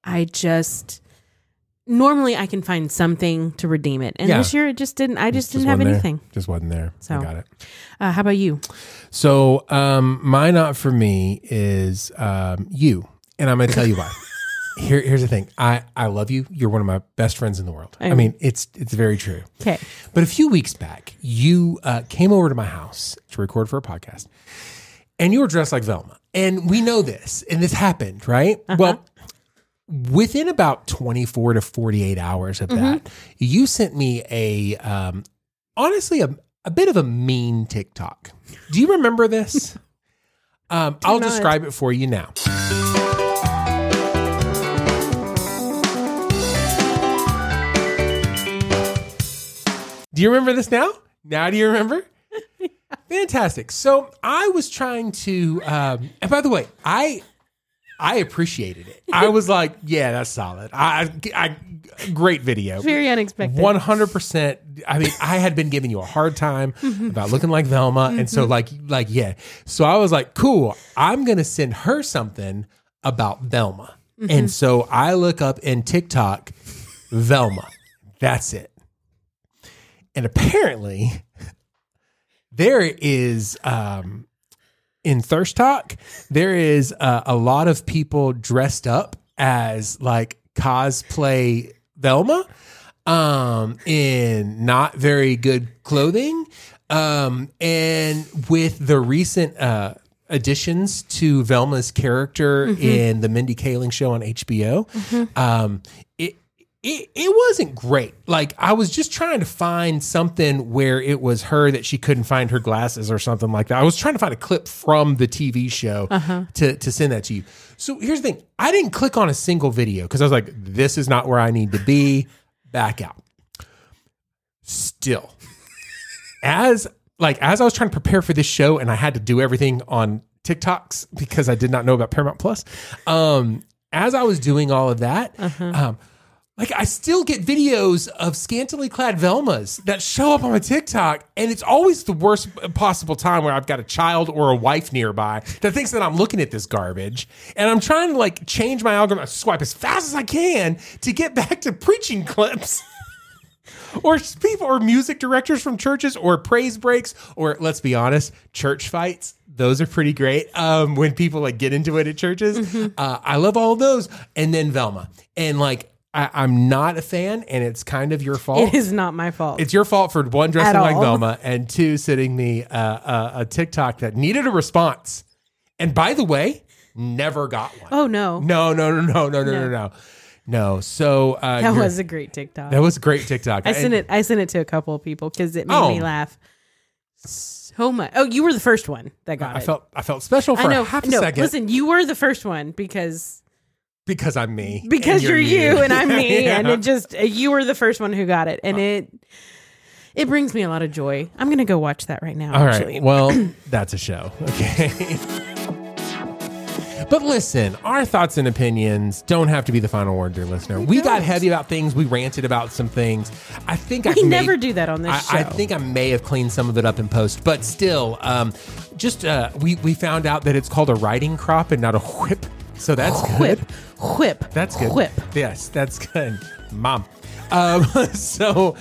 [SPEAKER 1] I just normally I can find something to redeem it, and
[SPEAKER 2] Yeah.
[SPEAKER 1] this year it just didn't. I just, didn't have
[SPEAKER 2] wasn't there.
[SPEAKER 1] anything.
[SPEAKER 2] Just wasn't there.
[SPEAKER 1] So.
[SPEAKER 2] I got it.
[SPEAKER 1] Uh, how about you?
[SPEAKER 2] So, um, my not for me is um, you, and I'm going to tell you why. Here, here's the thing. I, I love you. You're one of my best friends in the world. I
[SPEAKER 1] Amen.
[SPEAKER 2] mean, it's it's very true.
[SPEAKER 1] Okay,
[SPEAKER 2] But a few weeks back, you uh, came over to my house to record for a podcast, and you were dressed like Velma. And we know this, and this happened, right? Well, within about 24 to 48 hours of that, you sent me a, um, honestly, a, a bit of a mean TikTok. Do you remember this? um, I'll
[SPEAKER 1] not.
[SPEAKER 2] describe it for you now. Do you remember this now? Now do you remember? Fantastic. So I was trying to, um, and by the way, I I appreciated it. I was like, yeah, that's solid. I, I I- great video.
[SPEAKER 1] very unexpected.
[SPEAKER 2] One hundred percent. I mean, I had been giving you a hard time about looking like Velma, and so like, like, yeah. So I was like, cool. I'm gonna send her something about Velma, and so I look up in TikTok, Velma. That's it. And apparently, there is um, in Thirst Talk, there is uh, a lot of people dressed up as like cosplay Velma um, in not very good clothing. Um, and with the recent uh, additions to Velma's character in the Mindy Kaling show on HBO, um, it, it, it wasn't great. Like I was just trying to find something where it was her that she couldn't find her glasses or something like that. I was trying to find a clip from the TV show to to send that to you. So here's the thing: I didn't click on a single video because I was like, "This is not where I need to be." Back out. Still, as like as I was trying to prepare for this show, and I had to do everything on TikToks because I did not know about Paramount Plus. Um, as I was doing all of that, um, Like I still get videos of scantily clad Velmas that show up on my TikTok, and it's always the worst possible time where I've got a child or a wife nearby that thinks that I'm looking at this garbage, and I'm trying to like change my algorithm, I swipe as fast as I can to get back to preaching clips. Or people, or music directors from churches, or praise breaks, or let's be honest, church fights. Those are pretty great. Um, when people like get into it at churches,
[SPEAKER 1] Mm-hmm.
[SPEAKER 2] uh, I love all of those. And then Velma, and like I, I'm not a fan, and it's kind of your fault.
[SPEAKER 1] It is not my fault.
[SPEAKER 2] It's your fault for one dressing
[SPEAKER 1] At
[SPEAKER 2] like
[SPEAKER 1] all.
[SPEAKER 2] Velma and two sending me uh, a, a TikTok that needed a response. And by the way, never got one.
[SPEAKER 1] oh no,
[SPEAKER 2] No, no, no, no, no, no, no,
[SPEAKER 1] No.
[SPEAKER 2] no. No. So uh,
[SPEAKER 1] that
[SPEAKER 2] you're-
[SPEAKER 1] was a great TikTok.
[SPEAKER 2] that was a great TikTok.
[SPEAKER 1] I sent
[SPEAKER 2] And-
[SPEAKER 1] it. I sent it to a couple of people because it made
[SPEAKER 2] Oh.
[SPEAKER 1] me laugh so much. Oh, you were the first one that got
[SPEAKER 2] I
[SPEAKER 1] it.
[SPEAKER 2] felt I felt special for
[SPEAKER 1] I know.
[SPEAKER 2] half a
[SPEAKER 1] no,
[SPEAKER 2] second
[SPEAKER 1] listen, you were the first one because
[SPEAKER 2] because I'm me.
[SPEAKER 1] because
[SPEAKER 2] and
[SPEAKER 1] you're, you, and I'm me,
[SPEAKER 2] Yeah. Oh.
[SPEAKER 1] and it just you were the first one who got it, and it it brings me a lot of joy. I'm gonna go watch that right now.
[SPEAKER 2] All right.
[SPEAKER 1] actually.
[SPEAKER 2] Well, that's a show. Okay. But listen, our thoughts and opinions don't have to be the final word, dear listener. We, got heavy about things. We ranted about some things. I think I
[SPEAKER 1] we never do that on this show.
[SPEAKER 2] I, I think I may have cleaned some of it up in post, but still, um, just uh, we we found out that it's called a riding crop and not a whip. So that's
[SPEAKER 1] whip,
[SPEAKER 2] good.
[SPEAKER 1] whip.
[SPEAKER 2] That's good.
[SPEAKER 1] Whip.
[SPEAKER 2] Yes, that's good. Mom. Um, so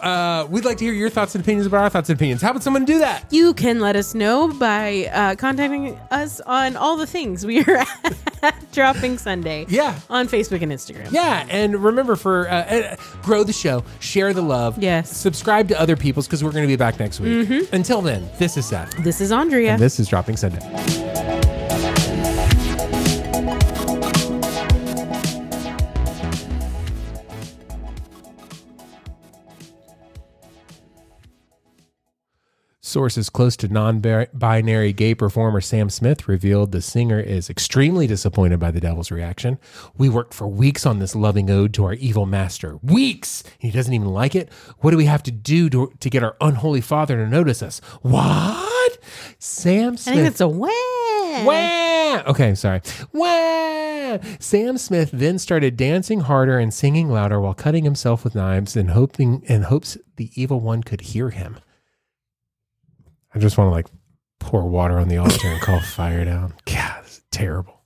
[SPEAKER 2] uh, we'd like to hear your thoughts and opinions about our thoughts and opinions. How would someone do that?
[SPEAKER 1] You can let us know by uh, contacting us on all the things we are at Dropping Sunday.
[SPEAKER 2] Yeah.
[SPEAKER 1] On Facebook and Instagram.
[SPEAKER 2] Yeah, and remember for uh, uh, grow the show, share the love,
[SPEAKER 1] Yes.
[SPEAKER 2] subscribe to other people's because we're going to be back next week. Until then, this is Seth,
[SPEAKER 1] This is Andrea.
[SPEAKER 2] and this is dropping Sunday. Sources close to non binary gay performer Sam Smith revealed the singer is extremely disappointed by the devil's reaction. We worked for weeks on this loving ode to our evil master. Weeks! And he doesn't even like it? What do we have to do to, to get our unholy father to notice us? What? Sam
[SPEAKER 1] I
[SPEAKER 2] Smith.
[SPEAKER 1] think it's a way.
[SPEAKER 2] Wah! Okay, sorry. Wah! Sam Smith then started dancing harder and singing louder while cutting himself with knives and hoping and hopes the evil one could hear him. I just want to like pour water on the altar and call fire down. God, this is terrible.